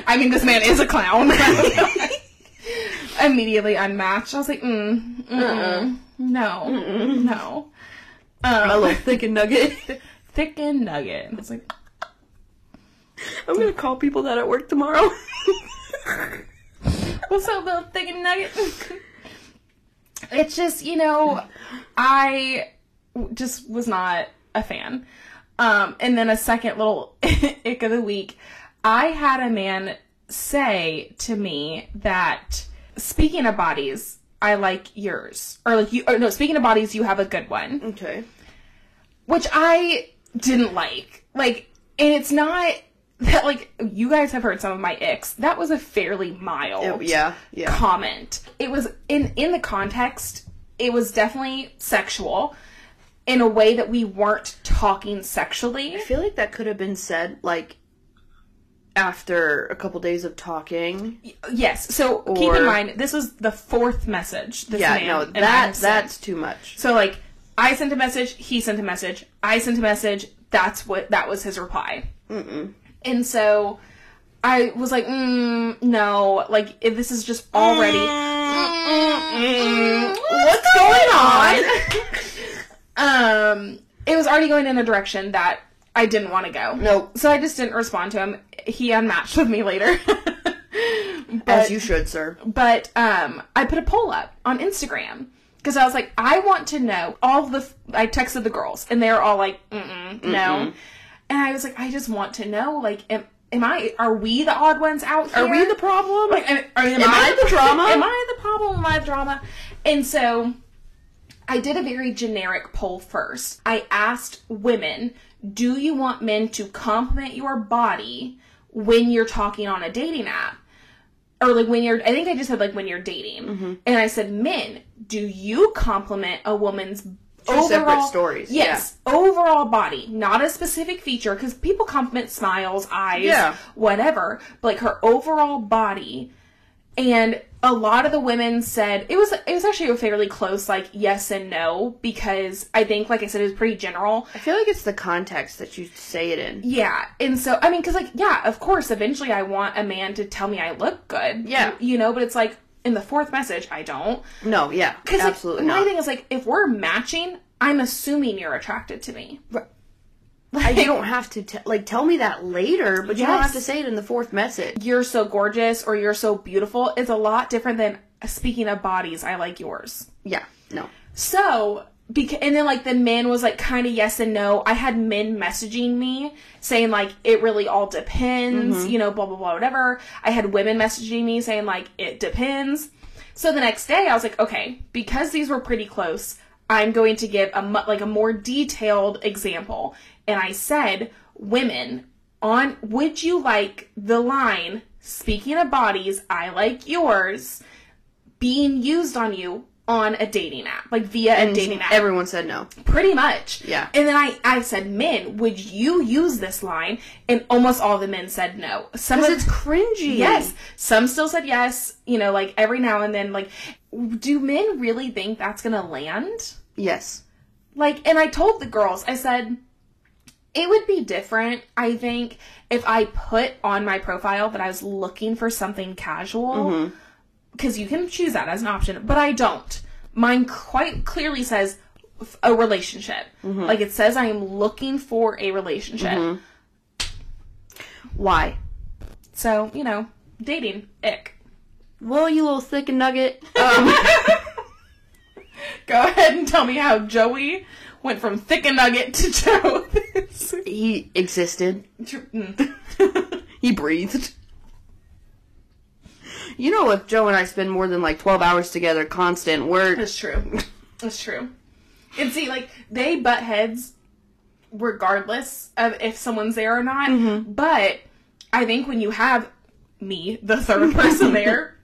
Speaker 2: I mean, this man is a clown. Immediately unmatched. I was like, mm, mm, no, no.
Speaker 1: my
Speaker 2: Um,
Speaker 1: little thicken nugget.
Speaker 2: Thickened nugget. I was like,
Speaker 1: I'm gonna call people that at work tomorrow.
Speaker 2: What's up, little thickened nugget? it's just, you know, I w- just was not a fan. Um, and then a second little ick of the week. I had a man say to me that speaking of bodies, I like yours. Or like you or no, speaking of bodies, you have a good one
Speaker 1: okay.
Speaker 2: which I didn't like. Like, and it's not that like you guys have heard some of my icks. That was a fairly mild,
Speaker 1: Yeah. Yeah.
Speaker 2: comment. It was in in the context. It was definitely sexual, in a way that we weren't talking sexually.
Speaker 1: I feel like that could have been said like after a couple days of talking.
Speaker 2: Yes. So keep
Speaker 1: Or-
Speaker 2: in mind, this was the fourth message. This
Speaker 1: Yeah,
Speaker 2: man
Speaker 1: no,
Speaker 2: and I have
Speaker 1: that
Speaker 2: sent.
Speaker 1: that's too much.
Speaker 2: So like I sent a message, he sent a message, I sent a message. That's what that was his reply. Mm-mm. And so I was like, mm, no, like if this is just already. Mm-mm-mm. Mm. What's going on? um, it was already going in a direction that I didn't want to go.
Speaker 1: Nope.
Speaker 2: So I just didn't respond to him. He unmatched with me later.
Speaker 1: As
Speaker 2: But-
Speaker 1: you should, sir.
Speaker 2: but um, I put a poll up on Instagram because I was like, I want to know all the. F- I texted the girls, and they were all like, Mm-mm, no, and I was like, I just want to know, like, am, am I? Are we the odd ones out here?
Speaker 1: Are we the problem?
Speaker 2: Like, am, am
Speaker 1: I the drama?
Speaker 2: Am I the problem? Am I the drama? And so, I did a very generic poll first. I asked women, do you want men to compliment your body when you're talking on a dating app? Or like when you're, I think I just said like when you're dating.
Speaker 1: Mm-hmm.
Speaker 2: And I said, men, do you compliment a woman's overall,
Speaker 1: separate stories,
Speaker 2: Yes, overall body, not a specific feature, because people compliment smiles, eyes,
Speaker 1: Yeah.
Speaker 2: whatever, but like her overall body and a lot of the women said it was it was actually a fairly close like yes and no because I think like I said it was pretty general.
Speaker 1: I feel like it's the context that you say it in.
Speaker 2: Yeah, and so I mean cuz like yeah, of course eventually I want a man to tell me I look good.
Speaker 1: Yeah.
Speaker 2: You know, but it's like in the fourth message I don't.
Speaker 1: No, yeah.
Speaker 2: 'Cause, like,
Speaker 1: Absolutely
Speaker 2: my
Speaker 1: not.
Speaker 2: thing is like if we're matching, I'm assuming you're attracted to me.
Speaker 1: I, you don't have to te- like tell me that later, but you don't
Speaker 2: Yes.
Speaker 1: have to say it in the fourth message.
Speaker 2: You're so gorgeous or you're so beautiful is a lot different than speaking of bodies, I like yours.
Speaker 1: Yeah. No.
Speaker 2: So Beca- and then like the men was like kind of yes and no. I had men messaging me saying like it really all depends, you know, blah blah blah whatever. I had women messaging me saying like it depends. So the next day I was like, okay, because these were pretty close, I'm going to give a mu- like a more detailed example. And I said, women, on would you like the line speaking of bodies, I like yours being used on you on a dating app, like via a dating app
Speaker 1: Everyone said no.
Speaker 2: pretty much.
Speaker 1: Mhm. Yeah.
Speaker 2: And then I, I said, men, would you use this line? And almost all the men said no. Some of
Speaker 1: Because it's cringy.
Speaker 2: yes, some still said yes. You know, like every now and then, like, do men really think that's gonna land?
Speaker 1: Yes.
Speaker 2: like and i told the girls i said it would be different i think if i put on my profile that i was looking for something casual because you can choose that as an option but i don't mine quite clearly says f- a relationship like it says i am looking for a relationship
Speaker 1: Why?
Speaker 2: so you know dating ick
Speaker 1: Well, you little thick nugget. Um,
Speaker 2: go ahead and tell me how joey went from thick and nugget to joe
Speaker 1: he existed.
Speaker 2: Mm.
Speaker 1: He breathed. You know, if Joe and I spend more than like 12 hours together constant, we're.
Speaker 2: That's true. That's true. And see, like they butt heads, regardless of if someone's there or not. But I think when you have me, the third person there,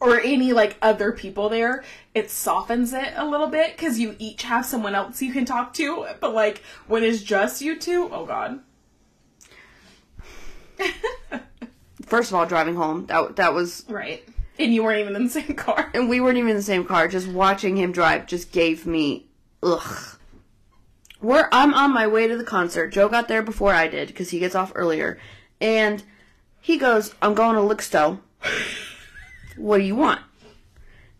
Speaker 2: or any like other people there, it softens it a little bit because you each have someone else you can talk to. But like when it's just you two, oh god.
Speaker 1: First of all, driving home, that, that was.
Speaker 2: Right. And you weren't even in the same car.
Speaker 1: And we weren't even in the same car. Just watching him drive just gave me. Ugh. We're, I'm on my way to the concert. Joe got there before I did because he gets off earlier. And he goes, I'm going to Lixto. what do you want?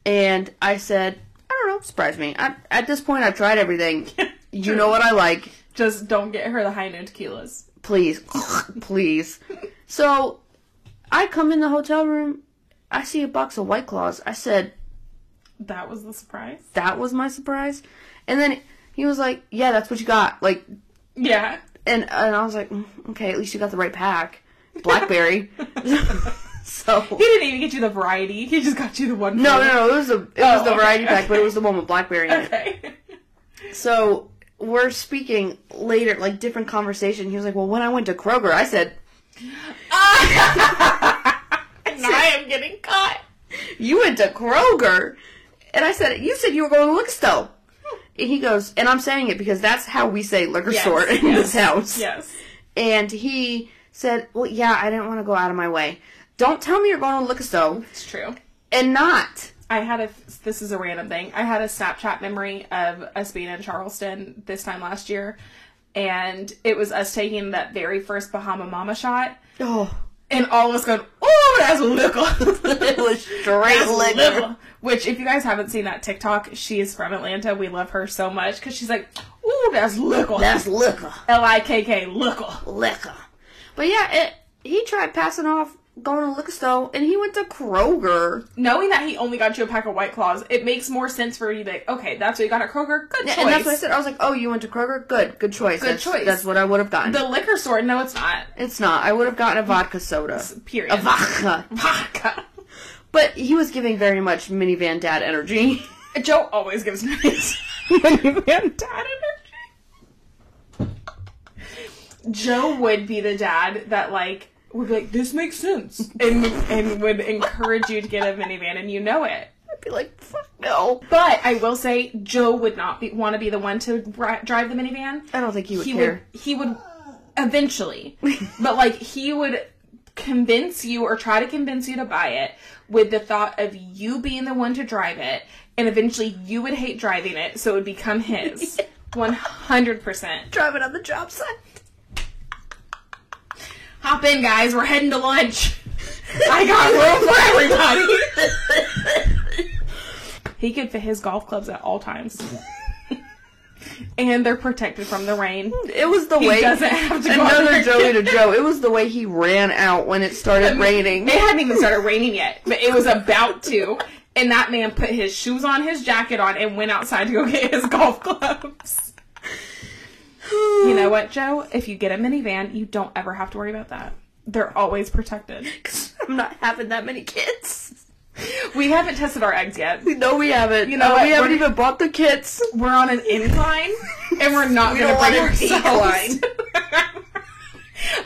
Speaker 1: And I said, I don't know, surprise me. I, at this point, I've tried everything. you know what I like.
Speaker 2: Just don't get her the high noon tequilas.
Speaker 1: please, please. So I come in the hotel room. I see a box of White Claws. I said,
Speaker 2: That was the surprise.
Speaker 1: that was my surprise. And then he was like, yeah, that's what you got. Like,
Speaker 2: Yeah.
Speaker 1: and, and I was like, "Mm, okay, at least you got the right pack. Blackberry. so.
Speaker 2: He didn't even get you the variety. He just got you the one.
Speaker 1: No,
Speaker 2: flavor.
Speaker 1: no, no. It was the it
Speaker 2: Oh,
Speaker 1: was the
Speaker 2: okay,
Speaker 1: variety pack, but it
Speaker 2: okay.
Speaker 1: was the one with blackberry in it.
Speaker 2: Okay.
Speaker 1: So we're speaking later, like different conversation. He was like, "Well, when I went to Kroger, I said
Speaker 2: now I am getting caught.
Speaker 1: you went to Kroger. And I said, you said you were going to liquor store. And he goes, and I'm saying it because that's how we say liquor
Speaker 2: Yes,
Speaker 1: store in
Speaker 2: yes,
Speaker 1: this house.
Speaker 2: Yes.
Speaker 1: And he said, well, yeah, I didn't want to go out of my way. Don't tell me you're going to liquor store
Speaker 2: It's true.
Speaker 1: and not.
Speaker 2: I had a. This is a random thing. I had a Snapchat memory of us being in Charleston this time last year, and it was us taking that very first Bahama Mama shot,
Speaker 1: Oh,
Speaker 2: and all of us going, "Oh, that's liquor."
Speaker 1: it was straight
Speaker 2: That's
Speaker 1: liquor.
Speaker 2: Lil. Which, if you guys haven't seen that TikTok, she is from Atlanta. We love her so much because she's like, "Ooh, that's liquor."
Speaker 1: That's liquor.
Speaker 2: L I K K liquor.
Speaker 1: Liquor. But yeah, it, he tried passing off going to liquor store and he went to Kroger.
Speaker 2: knowing that he only got you a pack of White Claws, it makes more sense for you to be like, okay, that's what you got at Kroger. Good choice.
Speaker 1: And that's what I said. I was like, oh, you went to Kroger? Good. Good choice. Good
Speaker 2: choice.
Speaker 1: That's what I would have gotten.
Speaker 2: the liquor store, no, it's not.
Speaker 1: It's not. I would have gotten a vodka soda.
Speaker 2: Period.
Speaker 1: A vodka.
Speaker 2: Vodka.
Speaker 1: But he was giving very much minivan dad energy.
Speaker 2: Joe always gives me his
Speaker 1: minivan
Speaker 2: dad energy. Joe would be the dad that like would be like, this makes sense, and and would encourage you to get a minivan, and you know it.
Speaker 1: I'd be like, fuck no.
Speaker 2: But I will say, Joe would not be, want to be the one to ri drive the minivan.
Speaker 1: I don't think he would
Speaker 2: he
Speaker 1: care.
Speaker 2: would he would eventually but like he would convince you or try to convince you to buy it with the thought of you being the one to drive it and eventually you would hate driving it so it would become his 100%
Speaker 1: Drive it on the job site.
Speaker 2: hop in guys we're heading to lunch i got room for everybody he could fit his golf clubs at all times and they're protected from the rain
Speaker 1: It was the
Speaker 2: he
Speaker 1: way.
Speaker 2: doesn't have to go out there
Speaker 1: Hmm. Another
Speaker 2: and
Speaker 1: Joey
Speaker 2: get-
Speaker 1: to Joe. It was the way he ran out when it started raining.
Speaker 2: It hadn't even started raining yet, but it was about to. And that man put his shoes on, his jacket on, and went outside to go get his golf clubs. you know what, Joe? If you get a minivan, you don't ever have to worry about that. They're always protected.
Speaker 1: 'Cause I'm not having that many kids.
Speaker 2: We haven't tested our eggs yet.
Speaker 1: No, we haven't. You
Speaker 2: know
Speaker 1: know,
Speaker 2: what?
Speaker 1: we haven't
Speaker 2: We're-
Speaker 1: even bought the kits.
Speaker 2: We're on an incline, and we're not
Speaker 1: We
Speaker 2: going to
Speaker 1: don't
Speaker 2: bring
Speaker 1: want to
Speaker 2: ourselves.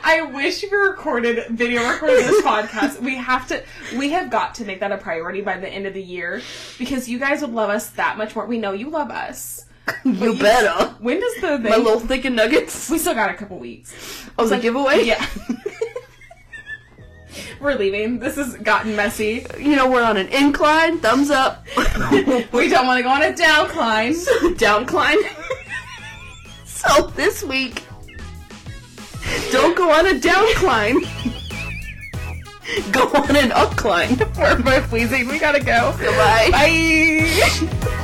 Speaker 2: I wish we recorded video recorded this podcast. We have to. We have got to make that a priority by the end of the year because you guys would love us that much more. We know you love us.
Speaker 1: You better.
Speaker 2: When does the thing?
Speaker 1: My little thicken nuggets.
Speaker 2: we still got a couple weeks.
Speaker 1: Oh, the giveaway.
Speaker 2: Yeah. We're leaving. This has gotten messy.
Speaker 1: You know, we're on an incline. Thumbs up.
Speaker 2: We don't want to go on a downcline.
Speaker 1: downcline. so this week, don't go on a downcline. go on an upcline.
Speaker 2: We're both wheezing. We gotta go.
Speaker 1: Bye.
Speaker 2: Bye.